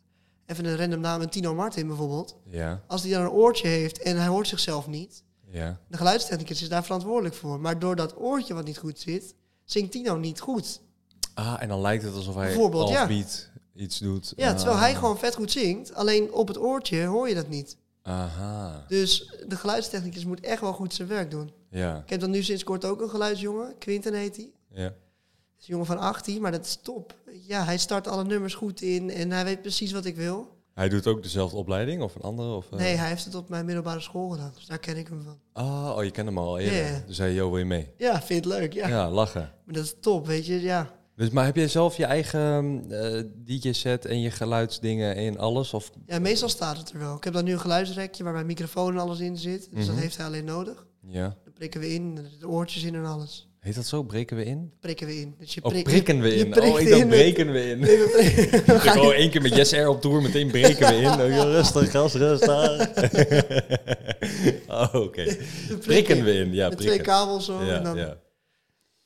Even een random naam, een Tino Martin bijvoorbeeld. Ja, Als die dan een oortje heeft en hij hoort zichzelf niet... ja. De geluidstechnicus is daar verantwoordelijk voor. Maar door dat oortje wat niet goed zit, zingt Tino niet goed. Ah, en dan lijkt het alsof hij Bijvoorbeeld, ja. offbeat iets doet. Ja, terwijl Ah. hij gewoon vet goed zingt, alleen op het oortje hoor je dat niet. Aha, Dus de geluidstechnicus moet echt wel goed zijn werk doen. ja. Ik heb dan nu sinds kort ook een geluidsjongen, Quinten heet hij. ja. Dat is een jongen van 18, maar dat is top. Ja, hij start alle nummers goed in en hij weet precies wat ik wil. Hij doet ook dezelfde opleiding of een andere? Of, eh? Nee, hij heeft het op mijn middelbare school gedaan, dus daar ken ik hem van. Ah, oh, je kent hem al eerder. Ja. Dus hij, joh, wil je mee? Ja, vind het leuk, ja. ja lachen. Maar dat is top, weet je, ja. Dus, maar heb jij zelf je eigen eh, DJ-set en je geluidsdingen en alles? Of, Ja, meestal staat het er wel. Ik heb dan nu een geluidsrekje waar mijn microfoon en alles in zit. Dus dat Mhm. heeft hij alleen nodig. ja. Dan prikken we in, er zitten oortjes in en alles. Heet dat zo? Breken we in? Dan prikken we in. Dus je Of prikt- Oh, prikken we je in? prikt Oh, ik dacht in met- breken we in. Nee, we prikken- Ik dacht, oh, één keer met Yes Air op tour, meteen breken we in. Oh, joh, rustig, gas, rustig. oh, oké. we Prikken we in, ja, Met twee prikken. kabels zo. en Ja, dan, ja.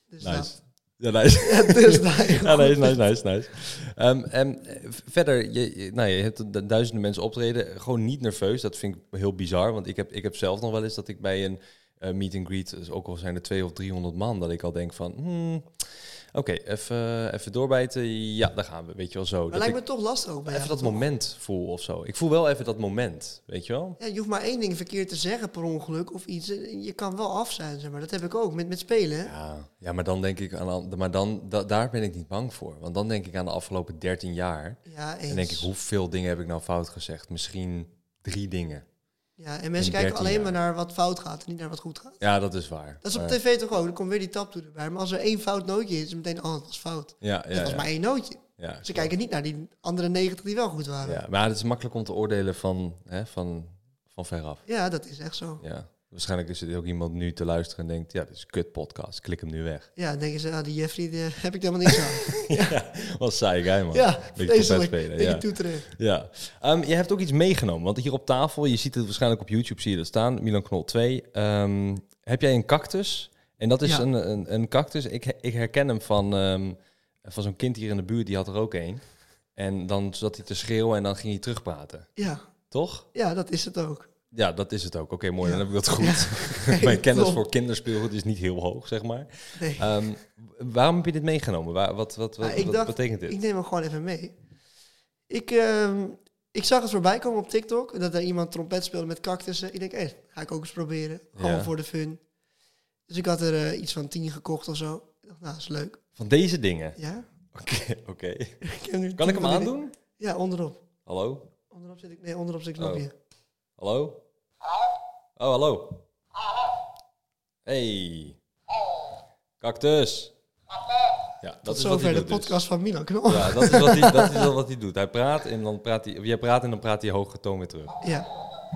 Dus Nice. dat. Ja, nice. Ja, dus daar. Ja, nice, nice, nice, nice. Ehm, ehm, eh, verder, je, je- nou, je hebt du- duizenden mensen optreden. Gewoon niet nerveus. Dat vind ik heel bizar. Want ik heb, ik heb zelf nog wel eens dat ik bij een eh, meet and greet, dus ook al zijn er 200 of 300 man, dat ik al denk van, hmm, oké, even, even doorbijten. Ja, daar gaan we. Weet je wel zo. Maar Dat ik lijkt me toch lastig ook bij even jou, dat toch? moment voel of zo. Ik voel wel even dat moment. Weet je wel? Ja, je hoeft maar één ding verkeerd te zeggen per ongeluk of iets. En Je kan wel af zijn, zeg maar. Dat heb ik ook met, met spelen. hè. Ja, ja maar dan denk ik aan, aan- maar dan, da- daar ben ik niet bang voor. Want dan denk ik aan de afgelopen 13 jaar. Ja, eens. En denk ik, hoeveel dingen heb ik nou fout gezegd? Misschien drie dingen. ja, en mensen in kijken 13 alleen jaar. Oh maar naar wat fout gaat en niet naar wat goed gaat. Ja, dat is waar. Dat is op Maar- tv toch ook. Dan komt weer die tap toe erbij. Maar als er één fout nootje is, is het meteen, oh, dat was fout. Ja, ja, dat was ja. maar één nootje. Ja, Ze klopt. kijken niet naar die andere 90 die wel goed waren. Ja, Ja, maar het is makkelijk om te oordelen van, hè, van, van veraf. dat is echt zo. Ja. Waarschijnlijk is er ook iemand nu te luisteren en denkt, ja, dit is een kut podcast, klik hem nu weg. Ja, dan denken ze, ah, die Jeffrey, daar heb ik helemaal niks aan. Ja, wat saai guy, man. ja, Beetje vreselijk. trompet spelen, Beetje ja. toeteren. Ja. Ehm, je hebt ook iets meegenomen, want hier op tafel, je ziet het waarschijnlijk op YouTube, zie je dat staan, Milan Knol 2. Ehm, heb jij een cactus? En dat is Ja. een, een, een cactus, ik, he- ik herken hem van, ehm, van zo'n kind hier in de buurt, die had er ook één. En dan zat hij te schreeuwen en dan ging hij terugpraten, Ja, toch? ja, dat is het ook. Ja, dat is het ook. Oké, mooi, Ja. dan heb ik dat goed. Nee, Mijn kennis klopt. voor kinderspeelgoed is niet heel hoog, zeg maar. Nee. Ehm, waarom heb je dit meegenomen? Waar, wat wat, wat, Ah, ik wat dacht- betekent dit? Ik neem hem gewoon even mee. Ik, ehm, ik zag het voorbij komen op TikTok. Dat er iemand trompet speelde met cactussen. Ik denk, hé, ga ik ook eens proberen. Gewoon Ja. voor de fun. Dus ik had er eh, iets van tien gekocht of zo. Ik dacht, nou, dat is leuk. Van deze dingen. Ja? Oké, oké. Ik heb nu Kan ik hem tien van die dingen. aandoen? Ja, onderop. Hallo? Onderop zit ik. Nee, onderop zit ik Oh, knopje. Hallo? Oh, hallo. Hey. Cactus. Ja, dat Tot is wat zover hij de doet dus. podcast van Milan Knol. Ja. Ja, dat is, wat hij, dat is wel wat hij doet. Hij praat en dan praat hij... of Jij praat en dan praat hij hoge toon weer terug.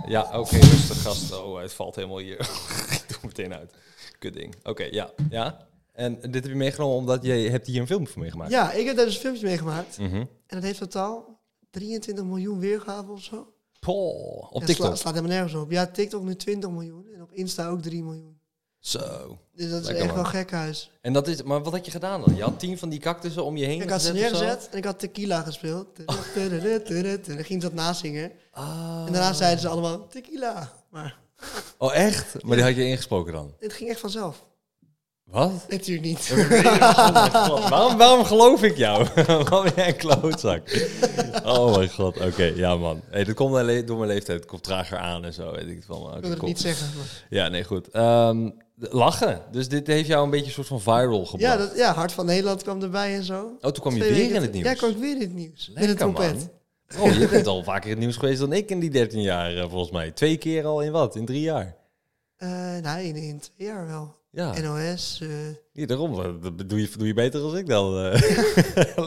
Ja, oké, rustig gast. Oh, het valt helemaal hier. Ik doe hem meteen uit. Kut ding. Oké, ja. Ja? En dit heb je meegenomen omdat je hebt hier een film voor meegemaakt. Ja, ik heb daar dus filmpjes mee gemaakt. Mhm. En dat heeft totaal 23 miljoen weergaven of zo. Poh, op Ja, TikTok. sla- slaat helemaal nergens op. Ja, TikTok nu 20 miljoen. En op Insta ook 3 miljoen. Zo. Dus dat is Lekker, echt man. wel gekhuis. En dat is... Maar wat had je gedaan dan? Je had tien van die cactussen om je heen Ik had ze gezet of zo? neergezet en ik had tequila gespeeld. En dan ging ze dat nazingen. Ah. En daarna zeiden ze allemaal tequila. Maar Oh, echt? Maar die had je ingesproken dan? het ging echt vanzelf. Wat? Natuurlijk niet. waarom, waarom geloof ik jou? waarom ben jij een klootzak? oh mijn god, oké, ja man. Hey, dat komt alleen door mijn leeftijd, het komt trager aan en zo, weet ik het wel. maar Ik oké, wil het cool. niet zeggen. maar- Ja, nee, goed. Ehm, d- lachen. Dus dit heeft jou een beetje een soort van viral gebracht. Ja, dat, ja, Hart van Nederland kwam erbij en zo. Oh, toen kwam je Twee weer weken in het te- nieuws. Ja, kwam ik weer in het nieuws. Lekker, met een trompet. man. Oh, je bent al vaker in het nieuws geweest dan ik in die 13 jaar, eh, volgens mij. Twee keer al in wat? In drie jaar? Eh, nou, in, in twee jaar wel. Ja, NOS. eh, hier, daarom. eh, Dat doe je, doe je beter als ik dan. eh.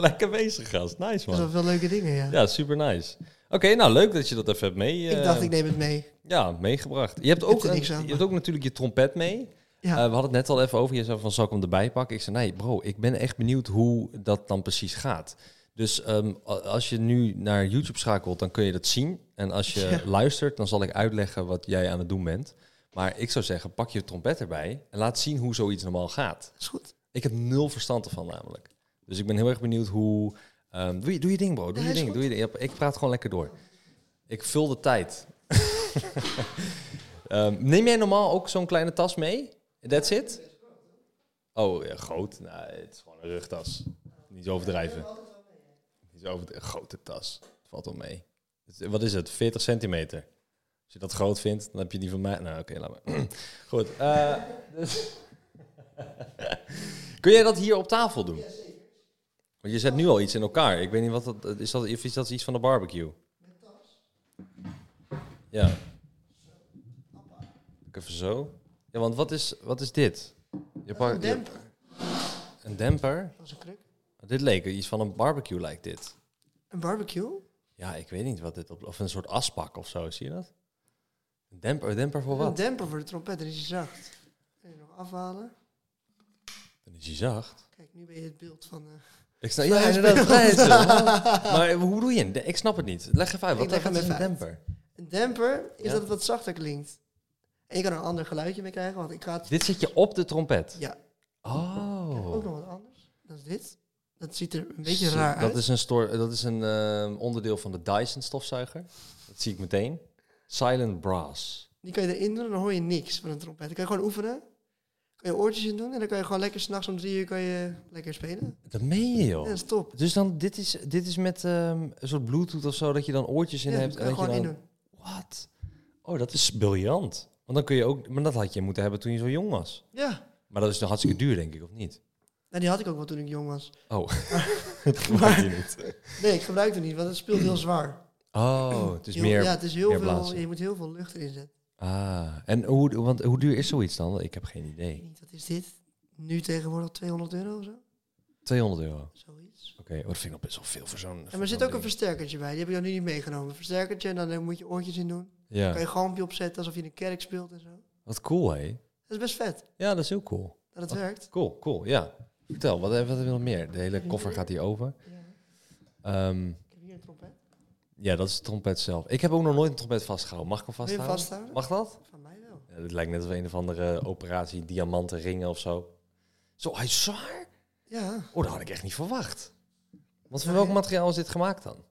Lekker bezig, gast. Nice, dat man. was wel leuke dingen, ja. Ja, super nice. Oké, nou leuk dat je dat even hebt mee, eh, ik dacht, ik neem het mee. ja, meegebracht. Je hebt, ook er een- niks aan, je maar- hebt ook natuurlijk je trompet mee. Ja. Eh, we hadden het net al even over. Je zei van, zal ik hem erbij pakken? Ik zei, nee bro, ik ben echt benieuwd hoe dat dan precies gaat. Dus ehm, a- als je nu naar YouTube schakelt, dan kun je dat zien. En als je Ja. luistert, dan zal ik uitleggen wat jij aan het doen bent. Maar ik zou zeggen, pak je trompet erbij en laat zien hoe zoiets normaal gaat. is goed. Ik heb nul verstand ervan namelijk. Dus ik ben heel erg benieuwd hoe... ehm, doe, je, doe je ding, bro. Doe Ja, je is ding. goed. Doe je ding. Ik praat gewoon lekker door. Ik vul de tijd. Ehm, neem jij normaal ook zo'n kleine tas mee? That's it? Oh, ja, groot. Nou, het is gewoon een rugtas. Niet overdrijven. Niet over een grote tas. Valt wel mee. Het- Wat is het? 40 centimeter. Als je dat groot vindt, dan heb je die van mij. Nou, oké, laat maar. Goed. eh, dus- Kun jij dat hier op tafel doen? Want je zet nu al iets in elkaar. Ik weet niet wat dat is. Dat, of is dat iets van de barbecue? Ja. Ik even zo. Ja, want wat is, wat is dit? Je pakt- Een demper. Een demper? Dat was een kruk. Dit leek er iets van een barbecue, lijkt dit. Een barbecue? Ja, ik weet niet wat dit op... Of een soort asbak of zo, zie je dat? Een demper, een demper voor Een wat? demper voor de trompet, dan is hij zacht. Kun je nog afhalen? Dan is hij zacht. Kijk, nu ben je het beeld van... eh, Ik snap, ja, inderdaad. vrijheidsbeeld. maar hoe doe je een... de- Ik snap het niet. Leg even uit, wat, Ik leg wat hem is een even uit. demper? Een demper is Ja. dat het wat zachter klinkt. En je kan er een ander geluidje mee krijgen, want ik ga het... Dit zit je op de trompet? Ja. Oh. Ook nog wat anders. Dat is dit. Dat ziet er een beetje Shit, raar uit. Dat is een, stoor, dat is een ehm, onderdeel van de Dyson stofzuiger. Dat zie ik meteen. Silent brass. Die kan je erin doen en dan hoor je niks van een trompet. Dan kan je gewoon oefenen. Kan je oortjes in doen en dan kan je gewoon lekker s'nachts om drie uur kan je lekker spelen. Dat meen je, joh. Ja, dat is top. Dus dan, dit is, dit is met ehm, een soort bluetooth of zo, dat je dan oortjes in Ja, hebt. dat kan je dat je gewoon in dan- doen. Wat? Oh, dat is briljant. Want dan kun je ook... Maar dat had je moeten hebben toen je zo jong was. Ja. Maar dat is nog hartstikke duur, denk ik, of niet? Nou, die had ik ook wel toen ik jong was. Oh. dat gebruik je niet. Nee, ik gebruikte het niet, want het speelt heel zwaar. Oh, het is Heel- meer... ja, het is heel meer veel. blazen. Je moet heel veel lucht erin zetten. Ah, en hoe, want hoe duur is zoiets dan? Ik heb geen Ik weet idee. niet, wat is dit? Nu tegenwoordig 200 euro of zo? 200 euro. Oké, Zoiets. oh, dat vind ik nog best wel veel voor zo'n... En er zit ook een versterkertje bij. Die heb ik dan nu niet meegenomen. Een versterkertje en dan eh, moet je oortjes in doen. Kan Ja, je galmpje opzetten alsof je in een kerk speelt en zo. wat cool, hé. Dat is best vet Ja, dat is heel cool. dat het Oh. werkt. Cool, cool, ja. Vertel, wat, wat hebben we nog meer? De hele koffer gaat hier over. Ehm, Ik heb hier een trompet. ja, dat is de trompet zelf. Ik heb ook nog nooit een trompet vastgehouden. Mag ik hem Wil je hem vasthouden? vasthouden? Mag dat? Van mij wel. Ja, dit lijkt net als een of andere operatie diamanten ringen of zo. Zo, hij is zwaar? Ja, Oh, dat had ik echt niet verwacht. Want van Nee. welk materiaal is dit gemaakt dan?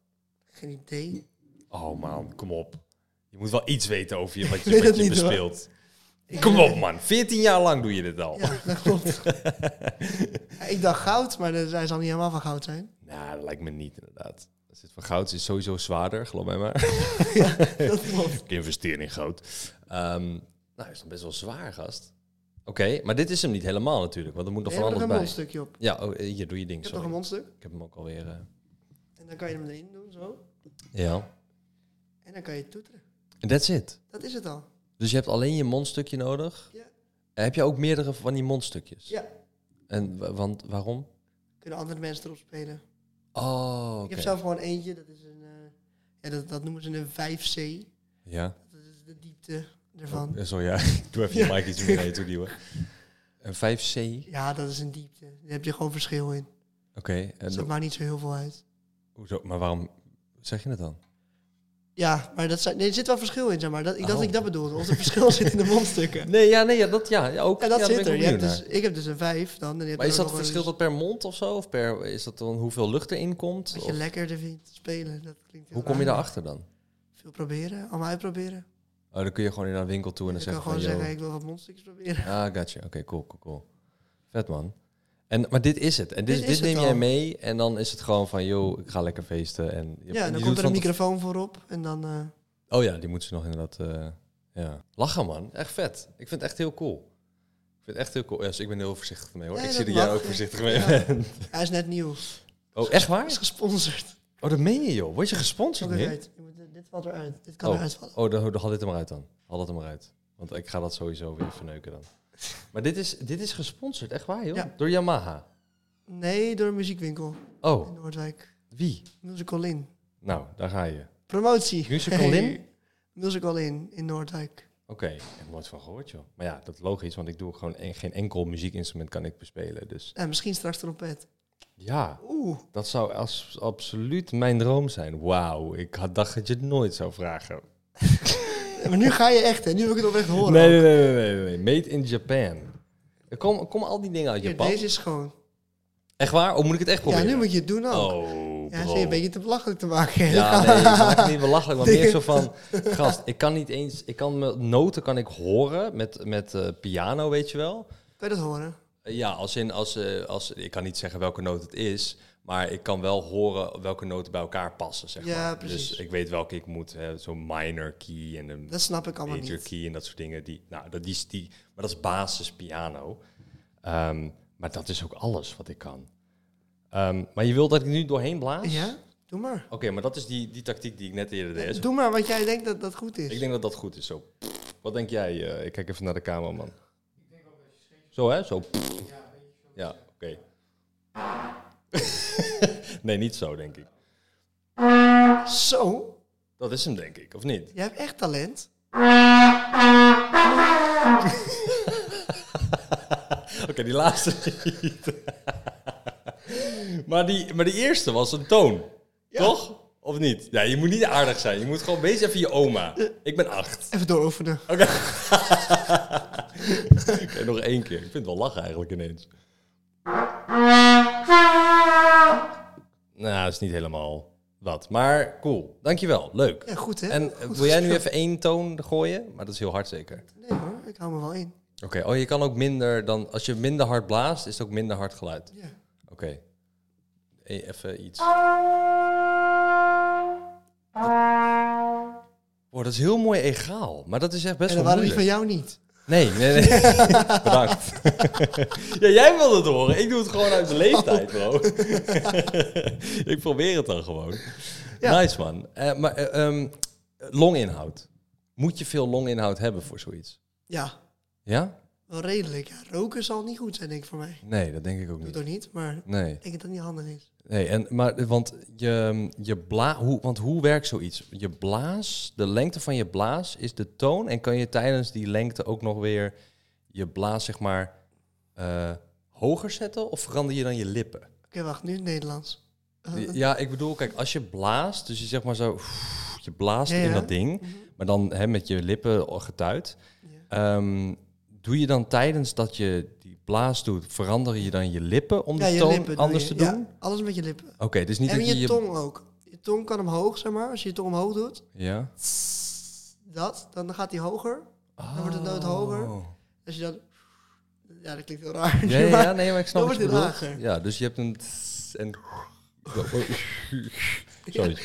geen idee. Oh man, kom op. Je moet wel iets weten over je, wat weet je, het wat je niet, hoor. bespeelt. Kom op man, 14 jaar lang doe je dit al. Ja, dat klopt. Ja, ik dacht goud, maar dat- hij zal niet helemaal van goud zijn. Nou, dat lijkt me niet inderdaad. Dat zit van goud is sowieso zwaarder, geloof mij maar. Dat klopt. Ik investeer in goud. Ehm, nou, is dan best wel zwaar, gast. maar dit is hem niet helemaal natuurlijk, want er moet nog Nee, van er nog alles bij. een mondstukje op. Ja, oh, eh, hier doe je Ik ding, heb nog sorry. een mondstuk. Ik heb hem ook alweer... eh, En dan kan je hem erin doen, zo. ja, En dan kan je toeteren. and that's it. Dat is het al. Dus je hebt alleen je mondstukje nodig. Ja. En Heb je ook meerdere van die mondstukjes? Ja. En wa- want waarom? Kunnen andere mensen erop spelen. Oh, Ik oké. heb zelf gewoon eentje, dat is een... eh, ja, dat, dat noemen ze een 5C. Ja. Dat is de diepte ervan. Oh, sorry, ja. Ik doe even je Ja. mic iets meer naar je toe duwen. Een 5C? Ja, dat is een diepte. Daar heb je gewoon verschil in. Oké. En Dus dat maakt niet zo heel veel uit. hoezo? Maar waarom zeg je het dan? Ja, maar dat zijn, nee, er zit wel verschil in, zeg maar. Dat, ik dacht Oh. dat ik dat bedoelde. Of er verschil zit in de mondstukken. Nee, ja, nee, ja, dat, ja, ja, ook, En dat ja, daar zit ben er. ik Je hebt benieuwd dus, naar. ik heb dus een 5. Dan, en je hebt Maar er is ook dat nog verschil wel dat per mond of zo? Of per, is dat dan hoeveel lucht erin komt? eens- Dat Of- je lekkerder vindt spelen. Dat klinkt heel hoe kom je raar. daarachter dan? Veel proberen. Allemaal uitproberen. Oh, dan kun je gewoon in een winkel toe en En dan ik kan zeggen van... gewoon yo, zeggen, ik wil wat mondstukjes proberen. Ah, gotcha. Oké, cool, cool, cool. Vet man. En, maar dit is het. En dit, Dit dit, is het neem al. jij mee en dan is het gewoon van, joh, ik ga lekker feesten. En je- Ja, en je doet dan komt er een van tot- microfoon voor op. En dan... eh, Oh ja, die moeten ze nog inderdaad. eh, ja. Lachen man, echt vet. Ik vind het echt heel cool. Ik vind het echt heel cool. Ja, dus ik ben heel voorzichtig mee hoor. Ja, ik dat zie dat jij mag. ook voorzichtig mee Ja. bent. hij is net nieuw. Oh, echt Hij is waar? gesponsord. Oh, dat meen je joh. Word je gesponsord Oké, nu? uit. Je moet- Dit valt eruit. Dit kan eruit vallen. Oh, dan, dan haal dit er maar uit dan. Haal dat er maar uit. Want ik ga dat sowieso weer verneuken dan. Maar dit is, dit is gesponsord, echt waar joh? Ja. Door Yamaha. Nee, door een muziekwinkel Oh, in Noordwijk. wie? Musical In. Nou, daar ga je. Promotie. Musical in? Musical In in Noordwijk. Oké, ik heb er nooit van gehoord joh. Maar ja, dat is logisch, want ik doe gewoon en- geen enkel muziekinstrument kan ik bespelen. Dus En misschien straks trompet. ja, Oeh. dat zou als, absoluut mijn droom zijn. Wauw, ik had dacht dat je het nooit zou vragen. Maar nu ga je echt, hè? Nu wil ik het oprecht horen. Nee, nee, nee, nee, nee, nee. Made in Japan. Er komen kom al die dingen uit Hier, Japan. deze is gewoon. Echt waar? Of moet ik het echt Ja, proberen? nu moet je het doen ook. Oh, ja, bro. ze een beetje te belachelijk te maken. Ja, nee, ik maak het niet belachelijk, maar meer Dingen. zo van... Gast, ik kan niet eens... Ik kan me, noten kan ik horen met, met eh, piano, weet je wel. Kan je dat horen? Ja, als in, als, eh, als, ik kan niet zeggen welke noot het is, maar ik kan wel horen welke noten bij elkaar passen. Zeg Ja, maar. precies. Dus ik weet welke ik moet, hè, zo'n minor key en een Dat snap ik allemaal major niet. key en dat soort dingen. Die, nou, dat, die, is die, maar dat is basis piano. Ehm, maar dat is ook alles wat ik kan. Ehm, maar je wilt dat ik nu doorheen blaas? Ja? Doe maar. Oké, maar dat is die, die tactiek die ik net eerder deed. Dus hè. Zo, Doe maar wat jij denkt dat dat goed is. ik denk dat dat goed is. Zo. Wat denk jij? eh, ik kijk even naar de cameraman. Zo hè? Zo. Ja, oké. nee, niet zo denk ik. Zo, Dat is hem denk ik, of niet? jij hebt echt talent. Oké, die laatste niet. maar, die, maar die eerste was een toon. Toch? Of niet? Ja, je moet niet aardig zijn. Je moet gewoon, wees even je oma. Ik ben acht. Even dooroefenen. Oké. Oké, nog één keer. Ik vind het wel lachen eigenlijk ineens. Nou, dat is niet helemaal wat. Maar cool. Dankjewel. Leuk. Ja, goed hè? en eh, Goed wil jij nu gespeeld. even één toon gooien? Maar dat is heel hard zeker. Nee hoor, ik hou me wel in. Oké. Oh, je kan ook minder dan... Als je minder hard blaast, is het ook minder hard geluid. Ja. Oké. E- even iets. Oh, dat is heel mooi egaal. Maar dat is echt best En wel dat waren moeilijk. die van jou niet. Nee, nee, nee. Bedankt. ja, jij wilde het horen. Ik doe het gewoon Oh. uit de leeftijd, bro. ik probeer het dan gewoon. Ja. Nice, man. Eh, maar eh, ehm, longinhoud. Moet je veel longinhoud hebben voor zoiets? Ja, Ja? wel redelijk. Ja, roken zal niet goed zijn, denk ik, voor mij. Nee, dat denk ik ook Doe niet. toch niet, maar ik Nee. denk dat dat niet handig is. nee en, maar, eh, want, je, je bla, hoe, want hoe werkt zoiets? Je blaas, de lengte van je blaas is de toon. En kan je tijdens die lengte ook nog weer je blaas, zeg maar, eh, hoger zetten? Of verander je dan je lippen? Oké, wacht, nu in het Nederlands. Ah. Ja, ik bedoel, kijk, als je blaast, dus je zeg maar zo, je blaast Ja, ja. in dat ding, maar dan hè, met je lippen getuit. Ja. Ehm, doe je dan tijdens dat je die blaas doet, verander je dan je lippen om de Ja, je toon lippen doe anders te je. doen? Ja, alles met je lippen. Oké, dus niet en dat met je je, tong ook. Je tong kan omhoog, zeg maar. Als je je tong omhoog doet, Ja. dat, dan gaat die hoger. Dan wordt het nooit hoger. Oh. Als je dan... Ja, dat klinkt heel raar. Ja, ja, maar- ja, nee, maar ik snap dan wat je wordt het bedoelt. lager. Ja, dus je hebt een tss en Sorry.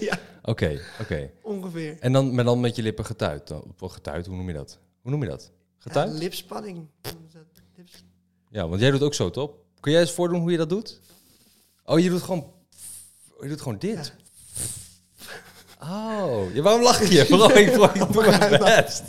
Ja, Oké, oké. ongeveer. En dan, maar dan met je lippen getuit. dan- Getuit, hoe noem je dat? Hoe noem je dat? Getuigd? Ja, lipspanning. Dat- lips- Ja, want jij doet ook zo, toch? Kun jij eens voordoen hoe je dat doet? Oh, je doet gewoon... Je doet gewoon dit. Oh, ja, waarom lach je? Vooral, ik, doe- ik doe mijn best.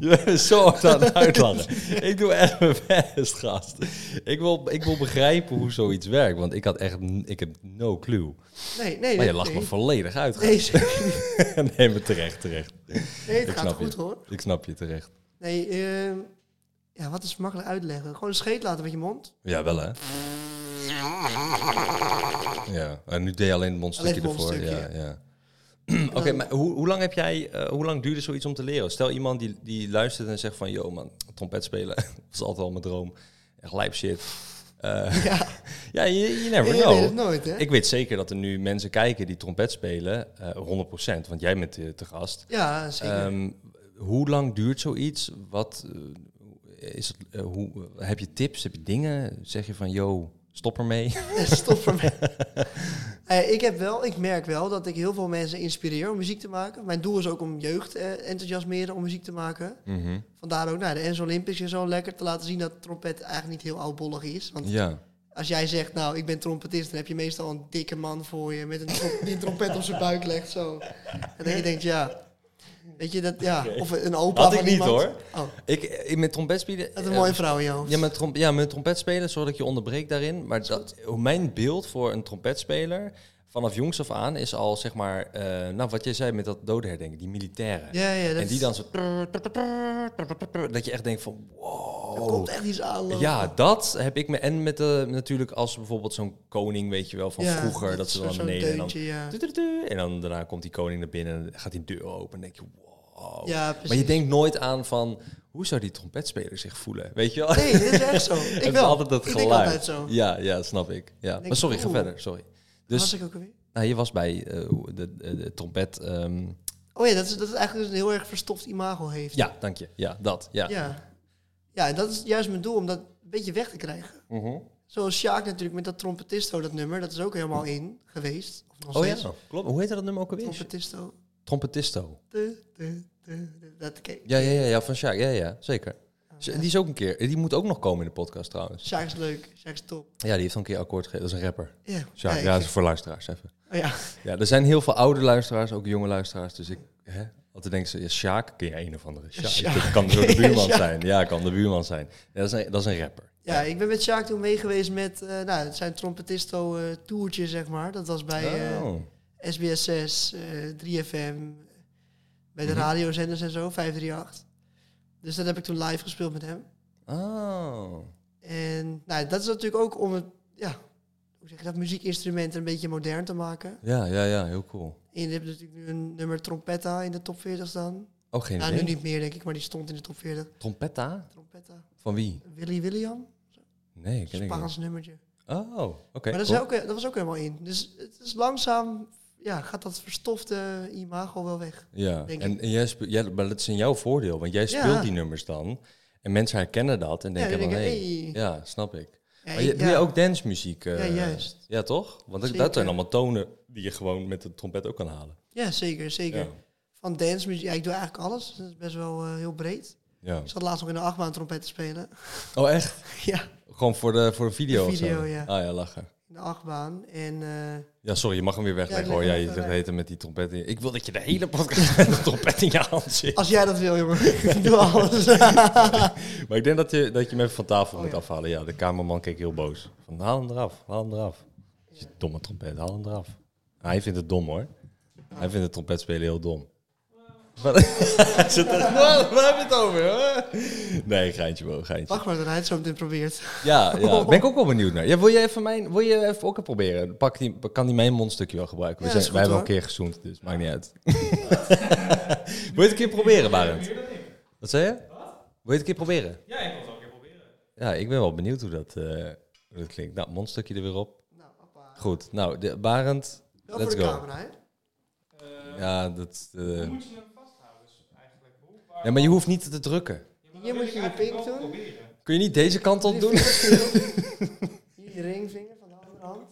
Je bent zo hard aan het uitlachen. Ik doe echt mijn best, gast. Ik wil, ik wil begrijpen hoe zoiets werkt, want ik had echt... n- Ik heb no clue. Nee, nee. Maar je nee, lacht me nee. volledig uit. Nee, zeker Nee, maar terecht, terecht. niet. het Ik gaat snap goed je. hoor. Ik snap je, terecht. Nee, ehm, ja, wat is makkelijk uitleggen? Gewoon een scheet laten met je mond. Ja, wel hè? Ja, en nu deed je alleen het mondstukje Alleen het ervoor. mondstukje, Ja, ja. Oké, maar hoe, hoe lang heb jij, eh, hoe lang duurde zoiets om te leren? Stel iemand die, die luistert en zegt van, yo man, trompet spelen, dat is altijd al mijn droom. Echt lijp shit. Eh, Ja. ja, you, you never je know. weet het nooit, hè? Ik weet zeker dat er nu mensen kijken die trompet spelen, eh 100%, want jij bent eh, te gast. Ja, zeker. Ehm, hoe lang duurt zoiets? Wat eh, is het, eh, hoe, heb je tips? Heb je dingen? Zeg je van, yo, stop ermee? Stop voor mij. Eh, ik, heb wel, ik merk wel dat ik heel veel mensen inspireer om muziek te maken. Mijn doel is ook om jeugd eh, enthousiasmeren om muziek te maken. Mhm. Vandaar ook nou, de Enzo Olympics en zo lekker te laten zien dat trompet eigenlijk niet heel oudbollig is. Want Ja. als jij zegt, nou, ik ben trompetist, dan heb je meestal een dikke man voor je met een trom- die een trompet op zijn buik legt. Zo. En dan je denkt, ja, weet je dat, ja. Of een opa Had ik van niet, iemand. hoor. Oh, Ik, ik met trompet spelen... dat is een eh, mooie vrouw in je hoofd. ja, met, trom, ja, met trompet spelen, sorry dat ik je onderbreek daarin. Maar dat, hoe mijn beeld voor een trompetspeler vanaf jongs af aan is al, zeg maar... eh, nou, wat jij zei met dat dodenherdenken, die militairen. ja, ja, dat, en die dan zo... Dat je echt denkt van, wow. er komt echt iets aan. hoor. oh. Ja, dat heb ik me. En met de, natuurlijk als bijvoorbeeld zo'n koning, weet je wel, van Ja, vroeger, dat ze dan zo'n naar beneden en dan, deuntje, ja. du-du-du, en dan daarna komt die koning naar binnen en gaat die deur open en denk je, wow. Ja, maar je precies. denkt nooit aan van, hoe zou die trompetspeler zich voelen, weet je wel? Nee, dit is echt zo. Ik Het wel. is altijd dat ik geluid. denk altijd zo. Ja, ja, snap ik. Ja. denk, maar sorry, ga oeh. verder, sorry. Dus, Dus ik ook alweer? nou, je was bij eh, hoe- de, de, de trompet. ehm, Oh ja, dat is, dat is eigenlijk dus een heel erg verstopt imago heeft. ja, dank je. Ja, dat. Ja. Ja. Ja, en dat is juist mijn doel, om dat een beetje weg te krijgen. Mhm. Zoals Sjaak natuurlijk met dat trompetisto, dat nummer, dat is ook helemaal in geweest. Of nog Oh ja, steeds. klopt. Hoe heet dat nummer ook alweer? Trompetisto. Trompetisto. Du, du, du, du. Dat ken- Ja, ja, ja, ja van Sjaak. Ja, ja, zeker. Z- Die is ook een keer. Die moet ook nog komen in de podcast trouwens. Sjaak is leuk, Sjaak is top. Ja, die heeft al een keer akkoord gegeven. Dat is een rapper. Ja, Sjaak, ik- ja, dat is voor luisteraars even. oh ja. Ja, er zijn heel veel oude luisteraars, ook jonge luisteraars. Dus ik, hè, altijd denken ze, ja, Sjaak, ken je een of andere? Sjaak. Sjaak. Dat kan dus ook de buurman Sjaak. zijn. Ja, kan de buurman zijn. Ja, dat, is een, dat is een rapper. ja, ik ben met Sjaak toen meegeweest met, eh, nou, het zijn trompetisto eh, toertje, zeg maar. Dat was bij... eh, Oh. SBS6, eh, 3FM, bij Mhm. de radiozenders en zo, 538. Dus dat heb ik toen live gespeeld met hem. Oh. En nou, dat is natuurlijk ook om het, ja, hoe zeg je dat, muziekinstrument een beetje modern te maken. Ja, ja, ja, heel cool. En je hebt natuurlijk nu een nummer trompetta in de top 40 staan. Oh, geen Nou, idee. nu niet meer denk ik, maar die stond in de top 40. Trompetta? Trompetta. Van wie? Willy William, Nee, ken ik niet. Spaans nummertje. Oh, oké. maar dat, cool. is ook, eh, dat was ook helemaal in. Dus het is langzaam, ja, gaat dat verstofte imago wel weg. Ja, denk en, en jij speel- ja, maar dat is in jouw voordeel, want jij speelt Ja. die nummers dan. En mensen herkennen dat en Ja, denken die van, hé, denken, hey. hey. ja, snap ik. Ja, maar je, ik- doe ja. je ook dancemuziek? eh, Ja, juist. Ja, toch? Want dat, dat Zeker. zijn allemaal tonen die je gewoon met de trompet ook kan halen. Ja, zeker, zeker. Ja. Van dance muziek, ja, ik doe eigenlijk alles. Dat is best wel eh, heel breed. Ja. Ik zat laatst nog in de achtbaan trompet te spelen. Oh, echt? ja, Gewoon voor de, voor de video, De video, of zo? ja. Ah ja, lachen. in de achtbaan. En eh, Ja, sorry, je mag hem weer wegleggen ik hoor. leg Ja, hem je even zegt weg. heten met die trompet in. Ik wil dat je de hele podcast met de trompet in je hand zit. als jij dat wil, jongen, ik doe alles. Maar ik denk dat je, dat je hem even van tafel moet ja. afhalen. Ja, de cameraman keek heel boos. Van, haal hem eraf, haal hem eraf. Dat is een Domme trompet, haal hem eraf. Nou, Hij vindt het dom hoor. Hij vindt het trompet spelen heel dom. Wat Zit er- Waar waar heb je het over? hè? Nee, geintje wel, geintje. Wacht maar, dat hij het zo meteen probeert. Ja, Oh. ja, ben ik ook wel benieuwd naar. Ja, wil je even mijn, wil je even ook even proberen? Pak die, kan die mijn mondstukje wel gebruiken? We, Ja, zijn, dat is wij hebben al goed, een keer gezoend, dus maakt niet uit. wil je het een keer proberen, Barend? Wat zei je? Wil je het een keer proberen? Ja, ik wil het ook een keer proberen. Ja, ik ben wel benieuwd hoe dat, eh, hoe dat klinkt. Nou, mondstukje er weer op. Nou, appa. Goed, nou, de, Barend, Wel let's voor de go. camera, hè? Eh, Ja, dat, eh, Hoe moet je hem vasthouden dus eigenlijk? Hoe, waar, ja, maar je hoeft niet te drukken. Ja, maar dat Hier wil moet ik je je eigenlijk pink wel doen. proberen. Kun je niet deze kant op doen? Hier de ringvinger van de andere hand.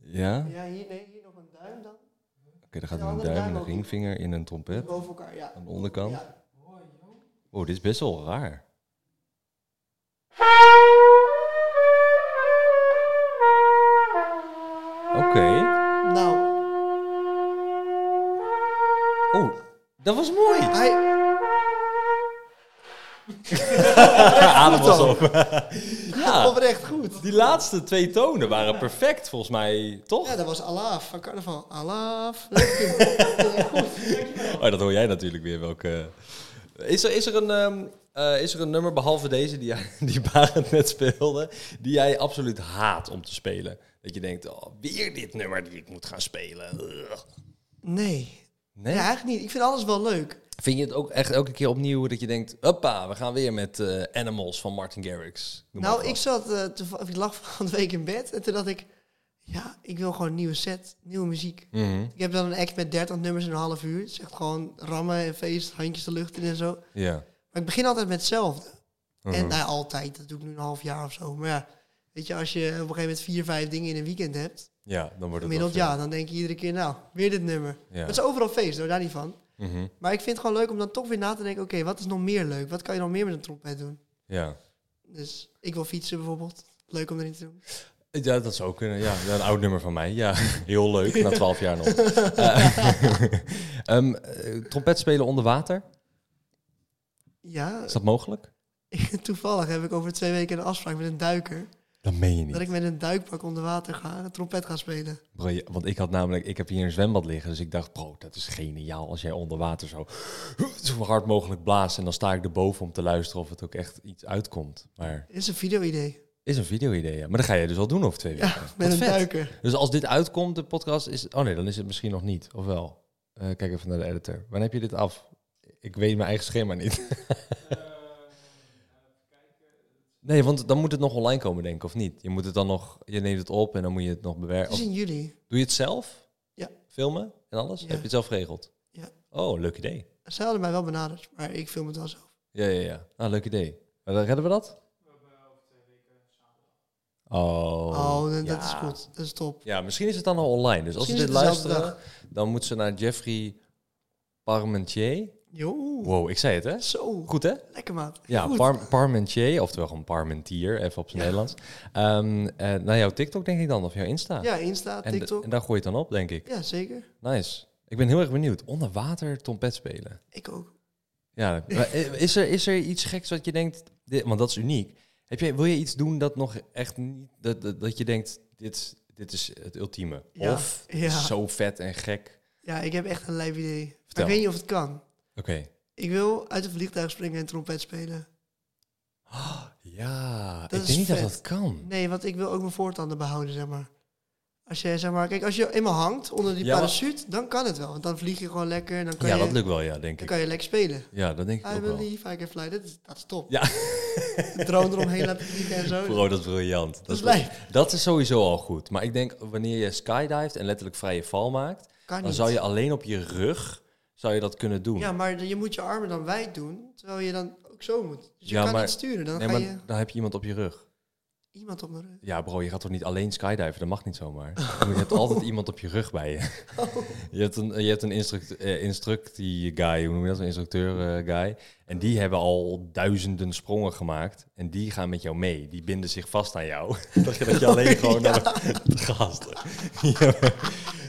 Ja, oké, Ja, hier, nee, hier nog een duim dan. dan gaat er een duim en een ringvinger in een trompet. Boven elkaar, ja. Aan de onderkant. Ja. Oeh, Oh, dit is best wel raar. Oké. Nou, Oeh, Oh, dat was mooi. hij... Adem was dan. op. ja, Oprecht goed. die laatste twee tonen waren perfect volgens mij, toch? Ja, dat was Alaaf van carnaval. Alaaf. Lekker. Oh, dat hoor jij natuurlijk weer welke. Is er, is er, een, ehm, eh, is er een nummer behalve deze die, jij- die Barend net speelde, die jij absoluut haat om te spelen? Dat je denkt, oh, weer dit nummer die ik moet gaan spelen. Ugh. Nee. Nee? Ja, eigenlijk niet. Ik vind alles wel leuk. Vind je het ook echt elke keer opnieuw dat je denkt, hoppa, we gaan weer met eh, Animals van Martin Garrix? Noem maar nou, wat. ik zat, eh, toeval- of ik lag van de week in bed en toen dacht ik, ja, ik wil gewoon een nieuwe set, nieuwe muziek. Mhm, Ik heb dan een act met 30 nummers in een half uur. Het is echt gewoon rammen en feest, handjes de lucht in en zo. Ja. Maar ik begin altijd met hetzelfde. Mhm. En nou, ja, altijd, dat doe ik nu een half jaar of zo. Maar ja, weet je, als je op een gegeven moment vier, vijf dingen in een weekend hebt, ja, dan wordt het wel gemiddeld veel. ja, dan denk je iedere keer, nou, weer dit nummer. Ja. Het is overal feest, hoor, daar niet van. Mhm, Maar ik vind het gewoon leuk om dan toch weer na te denken, oké, wat is nog meer leuk? Wat kan je nog meer met een trompet doen? eh, ja. Dus ik wil fietsen bijvoorbeeld. Leuk om erin te doen. Ja, dat zou ook kunnen. Ja, Ja, een oud nummer van mij. Ja, heel leuk, na twaalf jaar nog. Eh, ehm, eh, trompet spelen onder water, Ja, is dat mogelijk? toevallig heb ik over twee weken een afspraak met een duiker. Dat meen je Dat ik met een duikpak onder water ga, een trompet ga spelen. Bro, je- want ik had namelijk, ik heb hier een zwembad liggen, dus ik dacht, bro, dat is geniaal als jij onder water zo, zo hard mogelijk blaast. En dan sta ik erboven om te luisteren of het ook echt iets uitkomt. Maar Is een video-idee. is een video-idee, ja. Maar dat ga je dus al doen over twee weken. Ja, met Wat een vet. duiker. Dus als dit uitkomt, de podcast is. Oh nee, dan is het misschien nog niet. Of wel? Eh, kijk even naar de editor. Wanneer heb je dit af? Ik weet mijn eigen schema niet. nee, want dan moet het nog online komen, denk ik, of niet? Je moet het dan nog. Je neemt het op en dan moet je het nog Het bewerken. is Of- in juli. Doe je het zelf? Ja. Filmen en alles? Ja. Heb je het zelf geregeld? Ja. Oh, leuk idee. Ze hadden mij wel benaderd, maar ik film het wel zo. Ja, ja, ja. Ah, leuk idee. Maar dan redden we dat? Oh, Oh, dat dat ja. is goed. Dat is top. Ja, misschien is het dan al online. Dus als ze Misschien dit is het dezelfde luisteren, dan moeten ze naar Jeffrey Parmentier. Jo. Wow, ik zei het, hè? Zo. Goed, hè? Lekker, maat. Ja, Goed. par Parmentier, oftewel gewoon Parmentier, even op zijn Ja. Nederlands. Ehm eh, naar jouw TikTok, denk ik dan, of jouw Insta. Ja, Insta, en, d- TikTok. en daar gooi je het dan op, denk ik. Ja, zeker. Nice. Ik ben heel erg benieuwd. Onder water trompet spelen. Ik ook. Ja, maar, eh, is er, is er iets geks wat je denkt, dit, want dat is uniek. Heb jij, wil je iets doen dat nog echt niet, dat, dat, dat je denkt, dit, dit is het ultieme? Ja. Of Ja. zo vet en gek. Ja, ik heb echt een lijp idee. Maar Vertel. ik weet niet of het kan. Oké. Ik wil uit een vliegtuig springen en trompet spelen. Ja, ik is denk niet dat vet. dat kan. Nee, want ik wil ook mijn voortanden behouden, zeg maar. Als je, zeg maar, kijk, als je eenmaal hangt onder die Ja, maar- parachute, dan kan het wel. Want dan vlieg je gewoon lekker en dan kan, Ja, je, dat lukt wel, ja, denk dan ik. kan je lekker spelen. Ja, dat denk ik I ook wel. believe I can fly, dat is, dat is top. Ja. De drone eromheen laten vliegen en zo. Bro, dat is briljant. Dat, is dat- lijp. dat is sowieso al goed. Maar ik denk, wanneer je skydivet en letterlijk vrije val maakt, dan Kan Ah, niet. zou je alleen op je rug zou je dat kunnen doen. Ja, maar je moet je armen dan wijd doen, terwijl je dan ook zo moet. Dus je Ja, kan maar- niet sturen, dan nee, ga maar je dan heb je iemand op je rug. iemand op mijn rug. Ja, bro, je gaat toch niet alleen skydiven? Dat mag niet zomaar. Je hebt altijd iemand op je rug bij je. Je hebt een, je hebt een instruct, eh, instructie guy, hoe noem je dat? Een instructeur eh, guy. En die hebben al duizenden sprongen gemaakt. En die gaan met jou mee. Die binden zich vast aan jou. dat je, dat je alleen gewoon naar de gast. Ja.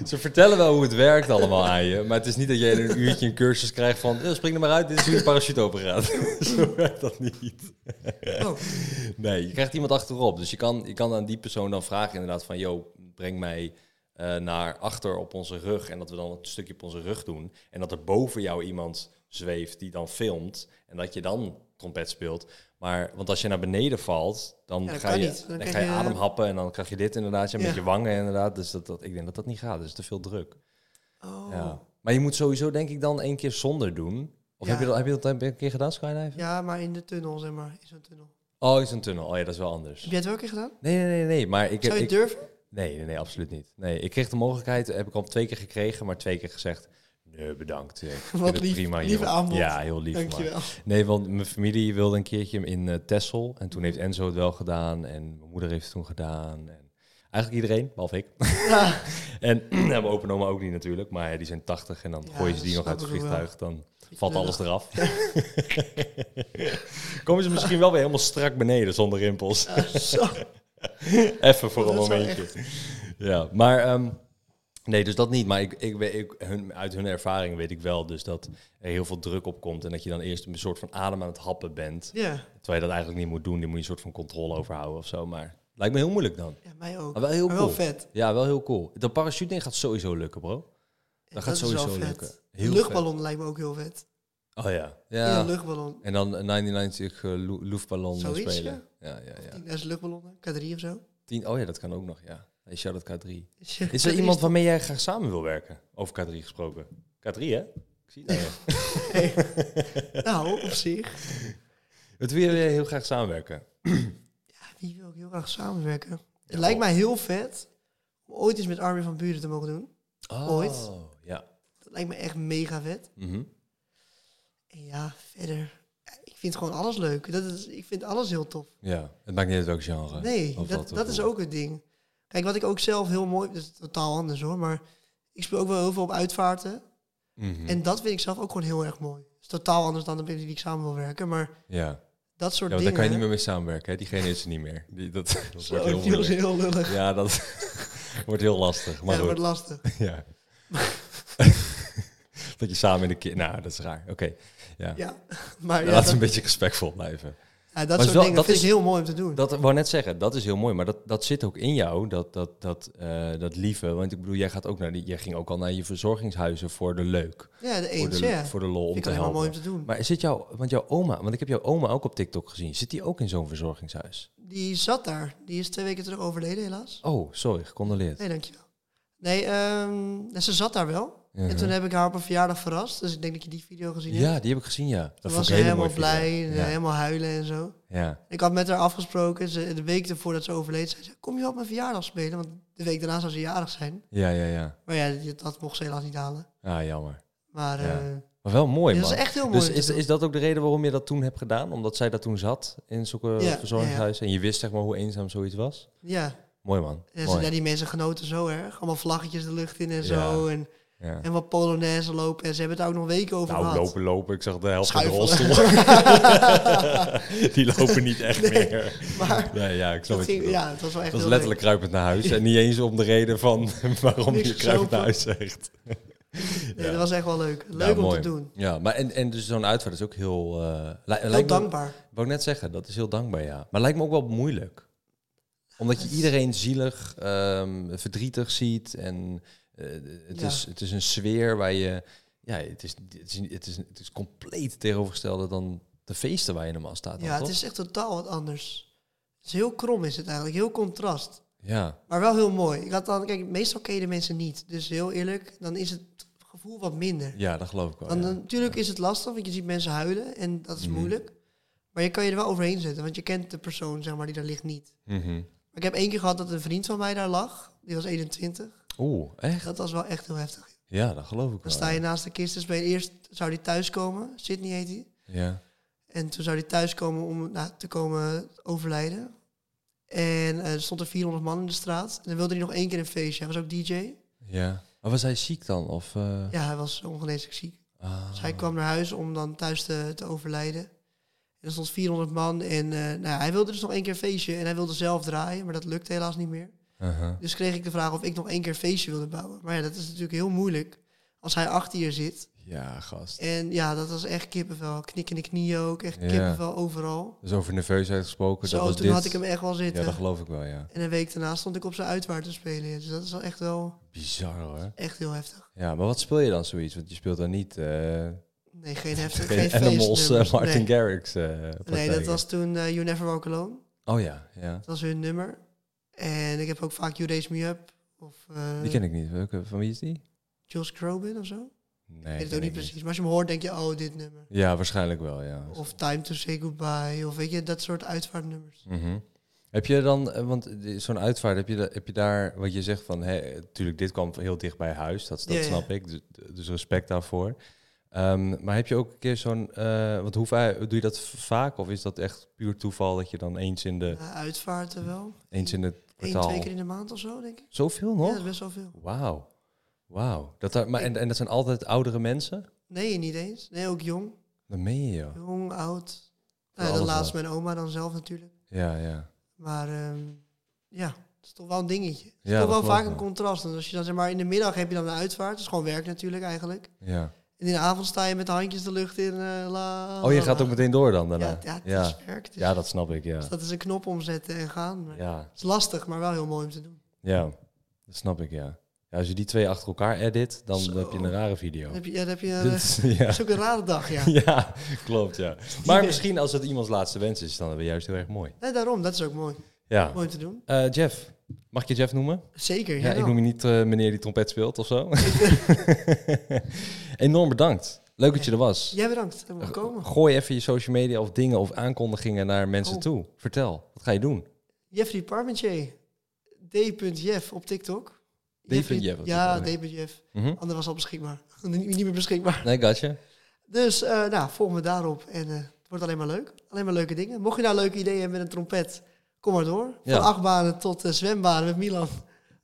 Ze vertellen wel hoe het werkt allemaal aan je. Maar het is niet dat jij in een uurtje een cursus krijgt van... "Eh, spring er maar uit, dit is hoe je parachute open gaat. Zo werkt dat niet. Eh. Oh, Nee, je krijgt iemand achterop. Dus je kan, je kan aan die persoon dan vragen inderdaad van... ...joh, breng mij eh, naar achter op onze rug. En dat we dan een stukje op onze rug doen. En dat er boven jou iemand zweeft die dan filmt. En dat je dan trompet speelt. Maar, want als je naar beneden valt, dan, Ja, dat ga, kan je, niet. Dan dan krijg ga je je- ademhappen. En dan krijg je dit inderdaad. Je Ja. met je wangen inderdaad. Dus dat, dat, ik denk dat dat niet gaat. Dat is te veel druk. oh. Ja. Ja. Maar je moet sowieso denk ik dan één keer zonder doen. Of Ja. heb, je dat, heb je dat een keer gedaan, Skydive? maar in de tunnel, zeg maar. In zo'n tunnel. Oh, is een tunnel. Oh ja, dat is wel anders. Heb jij het wel een keer gedaan? Nee, nee, nee, nee. Maar ik, heb. Zou je ik, het durven? Nee, nee, nee, absoluut niet. Nee, ik kreeg de mogelijkheid, heb ik al twee keer gekregen, maar twee keer gezegd. Nee, bedankt. eh, Ik vind Wat het lief. prima hier. Lieve aanbod. Ja, heel lief. maar- Dankjewel. Nee, want mijn familie wilde een keertje in eh Texel. En toen heeft Enzo het wel gedaan. En mijn moeder heeft het toen gedaan. En eigenlijk iedereen, behalve ik. Ja, En hebben open oma ook niet natuurlijk. Maar ja, die zijn 80 en dan Ja, gooien ze die dat nog uit het snap ik ook vliegtuig. Dan Beetje valt alles lullig. eraf. Komen ze misschien wel weer helemaal strak beneden zonder rimpels. Ah, Zo. Even voor Dat een zou momentje. Ja, maar ehm, nee, dus dat niet. Maar ik, ik, weet- ik, hun, uit hun ervaring weet ik wel dus dat er heel veel druk op komt. En dat je dan eerst een soort van adem aan het happen bent. Ja. Terwijl je dat eigenlijk niet moet doen. Daar moet je een soort van controle over houden of zo. Maar lijkt me heel moeilijk dan. ja, mij ook. Maar Ah, wel heel Maar wel cool. vet. Ja, wel heel cool. Dat parachuting gaat sowieso lukken, bro. Dat gaat is wel sowieso vet. lukken. Een luchtballon lijkt me ook heel vet. Oh ja. Ja, Ja. een luchtballon. En dan een 99 uh, luchtballon Zoiets, spelen. Ja, ja, ja. Ja. luchtballonnen. K3 of zo. Dus Tien, oh ja, dat kan ook nog, ja. Hey, shout out K3. Is Is er iemand waarmee jij graag samen wil werken? Over K3 gesproken. K3, hè? Ik zie het aan je. Nou, op zich. Met wie wil jij heel graag samenwerken? Ja, die wil ik heel graag samenwerken. Het Ja, lijkt wel. mij heel vet om ooit eens met Armin van Buren te mogen doen. Oh, Ooit. Ja. Dat lijkt me echt mega vet. Mhm. En ja, verder. ja, Ik vind gewoon alles leuk. Dat is, ik vind alles heel tof. Ja, het maakt niet uit welk genre. Nee, Of dat, wat we dat is voelen. ook het ding. Kijk, wat ik ook zelf heel mooi... Dat is totaal anders hoor, maar... Ik speel ook wel heel veel op uitvaarten. Mhm. En dat vind ik zelf ook gewoon heel erg mooi. Het is totaal anders dan de mensen die ik samen wil werken. Maar Ja, ja dat want soort daar dingen... kan je niet meer mee samenwerken. Hè? Diegene is er niet meer. Die, dat, dat Zo, wordt ik heel vind dat moeilijk. heel lullig. Ja, dat wordt heel lastig. Ja, Maar dat goed. wordt lastig. Ja. dat je samen in de keer. Nou, dat is raar. Oké. Ja. Ja, maar Laten ja, we dat, een beetje respectvol blijven. ja, het dat is soort wel- dingen dat vind is- ik heel mooi om te doen. Dat wou net zeggen, dat is heel mooi. Maar dat, dat zit ook in jou, dat, dat, dat, eh, dat lieve. Want ik bedoel, jij, gaat ook naar die, jij ging ook al naar je verzorgingshuizen voor de leuk. ja, de Voor eens, de, ja. voor de lol om Vind te ik helemaal helpen. mooi om te doen. Maar zit jouw, want jouw oma, want ik heb jouw oma ook op TikTok gezien, zit die ook in zo'n verzorgingshuis? Die zat daar. Die is twee weken terug overleden, helaas. Oh, sorry, gecondoleerd. Nee, dankjewel. Nee, ehm, ze zat daar wel. Ja. En toen heb ik haar op een verjaardag verrast. Dus ik denk dat je die video gezien hebt. Mhm. Ja, die heb ik gezien, ja. Dat Toen vond ik was ze een hele helemaal mooie video. blij, en eh, Ja, helemaal huilen en zo. ja. Ik had met haar afgesproken, ze, de week ervoor dat ze overleed, zei ze, kom je op mijn verjaardag spelen? Want de week daarna zou ze jarig zijn. ja, ja, ja. Maar ja, dat- dat mocht ze helaas niet halen. Ah, jammer. Maar Ja. eh, Maar wel mooi, dat is man. echt heel mooi. Dus om te is, doen. is dat ook de reden waarom je dat toen hebt gedaan? Omdat zij dat toen zat in zulke ja, verzorgingshuis en je wist zeg maar hoe eenzaam zoiets was? ja, Mooi, man. en ze, Mooi. ja, die mensen genoten zo erg. Allemaal vlaggetjes de lucht in en zo. En, Ja. en wat Polonaise lopen. En ze hebben het ook nog weken over Nou, gehad. lopen, lopen. Ik zag de helft van de Schuifelen. rolstoel. die lopen niet echt meer. Maar Nee, ja, ik snap dat het. ging, ja, het was wel echt Het was heel letterlijk kruipend naar huis. En niet eens om de reden van waarom Niks je kruipend naar gezopen. huis zegt. leuk. Nee, ja. Dat was echt wel leuk. Leuk Ja, om mooi. te doen. Ja, maar en, en dus zo'n uitvaart is ook heel... eh, li- Heel lijkt me- dankbaar. Wou ik net zeggen, dat is heel dankbaar, ja. Maar lijkt me ook wel moeilijk. Omdat je Het- iedereen zielig, ehm, verdrietig ziet. En eh, het, Ja. is, het is een sfeer waar je... Ja, het is, het is, het is, het is compleet tegenovergestelde dan de feesten waar je normaal staat. dan, Ja, het toch? is echt totaal wat anders. Het is heel krom is het eigenlijk. Heel contrast. Ja, Maar wel heel mooi. Ik had dan, kijk, meestal ken je de mensen niet. Dus heel eerlijk, dan is het gevoel wat minder. ja, dat geloof ik wel. Want Oh, ja. natuurlijk is het lastig, want je ziet mensen huilen en dat is Mhm. moeilijk. Maar je kan je er wel overheen zetten, want je kent de persoon zeg maar, die daar ligt niet. Mhm. Maar ik heb één keer gehad dat een vriend van mij daar lag. Die was 21. Oeh, echt? Dat was wel echt heel heftig. Oh, Ja, dat geloof ik Dan wel. sta je naast de kist. Dus bij eerst zou die thuiskomen. Sydney heet hij. Ja. En toen zou hij thuiskomen om nou, te komen overlijden. En eh, er stond er 400 man in de straat. En dan wilde hij nog één keer een feestje. Hij was ook DJ. Ja. Maar was hij ziek dan? Of, eh, Ja, hij was ongeneeslijk ziek. ah. Dus hij kwam naar huis om dan thuis te, te overlijden. En er stond 400 man en eh, nou ja, hij wilde dus nog één keer een feestje. En hij wilde zelf draaien, maar dat lukte helaas niet meer. Aha. Dus kreeg ik de vraag of ik nog één keer een feestje wilde bouwen. Maar ja, dat is natuurlijk heel moeilijk als hij achter je zit. Ja, gast. En ja, dat was echt kippenvel. Knik in de knieën ook, echt Ja. kippenvel overal. Dus over nerveusheid gesproken, Zo, dat was toen dit. had ik hem echt wel ja, zitten. dat geloof ik wel, ja. en een week daarna stond ik op zijn uitwaart te spelen. Dus dat is wel echt wel Bizar hoor. echt heel heftig. Ja, maar wat speel je dan zoiets? Want je speelt dan niet eh, Nee, geen heftig, geen, geen Animals, eh, feestnummers. Martin nee. Garrix. eh, nee, partijen. dat was toen eh, You Never Walk Alone. Oh ja, ja. Dat was hun nummer. En ik heb ook vaak You Raise Me Up. Of eh, Die ken ik niet. Welke, van wie is die? Jules Crobin of zo. Ik Nee, weet ken het ook niet ik precies. Maar als je hem hoort, denk je, oh, dit nummer. Ja, waarschijnlijk wel, ja. Of Time to Say Goodbye. Of weet je, dat soort uitvaartnummers. Mhm. Heb je dan, eh, want die- zo'n uitvaart, heb je, da- heb je daar, wat je zegt van, hé, natuurlijk, dit kwam heel dicht bij huis, dat, dat Ja, ja. snap ik, dus, dus respect daarvoor. Ehm, maar heb je ook een keer zo'n, eh, want hoe vaak, doe je dat v- vaak of is dat echt puur toeval dat je dan eens in de, Ja, Eh, uitvaarten wel. eens in de Eén, Kwartaal. Nou, twee keer in de maand of zo, denk ik. Zoveel Ja, nog? dat is best wel veel. Wauw. Wauw. Dat daar, maar, en, en dat zijn altijd oudere mensen? Nee, niet eens. Nee, ook jong. Dan meen je, joh. Jong, oud. Voor Nou, ja, alles dan laatst wat. mijn oma dan zelf natuurlijk. Ja, ja. Maar ehm, ja, het is toch wel een dingetje. Het is Ja, toch dat wel geloof vaak ik een wel. contrast. Want als je dan zeg maar in de middag heb je dan een uitvaart. Het is gewoon werk natuurlijk eigenlijk. ja. En in de avond sta je met de handjes de lucht in. eh, la, Oh, je la, gaat la. ook meteen door dan daarna? Ja, ja, het ja. is werk. Dus Ja, dat snap ik, ja. dus dat is een knop omzetten en gaan. Maar Ja, Het is lastig, maar wel heel mooi om te doen. ja. Dat snap ik, ja. ja als je die twee achter elkaar edit, dan Zo. heb je een rare video. Dan heb je, ja, dan heb je Dit eh, is- ja. dat is ook een rare dag, ja. ja, klopt, ja. Maar weer. misschien als het iemands laatste wens is, dan ben je juist heel erg mooi. Nee, daarom, dat is ook mooi. Ja. Mooi om te doen. Eh, Jeff, mag ik je Jeff noemen? Zeker, Ja, ja. ik noem je niet eh, meneer die trompet speelt of zo. Enorm bedankt. Leuk dat je er was. Jij bedankt, dat we komen. Gooi even je social media of dingen of aankondigingen naar mensen Oh. toe. Vertel, wat ga je doen? Jeffrey Parmentier. D.Jeff op TikTok. Jeff Jeffrey- op Ja, TikTok, D.Jeff. Mhm. Ander was al beschikbaar. Niet, niet meer beschikbaar. Nee, gotcha. Dus eh, nou, volg me daarop. En eh, het wordt alleen maar leuk. Alleen maar leuke dingen. Mocht je nou leuke ideeën hebben met een trompet, kom maar door. Van Ja. achtbanen tot eh, zwembaden met Milan.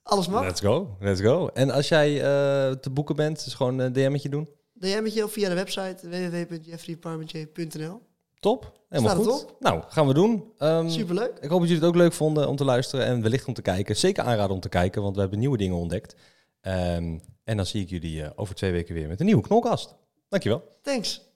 Alles mag. Let's go, let's go. En als jij eh, te boeken bent, dus gewoon een DM'tje doen. DM'tje of via de website www.jeffreyparmentier.nl. Top, helemaal Staat goed. het Nou, gaan we doen. Ehm, Superleuk. Ik hoop dat jullie het ook leuk vonden om te luisteren en wellicht om te kijken. Zeker aanraden om te kijken, want we hebben nieuwe dingen ontdekt. Ehm, en dan zie ik jullie eh, over twee weken weer met een nieuwe knolkast. Dankjewel. Thanks.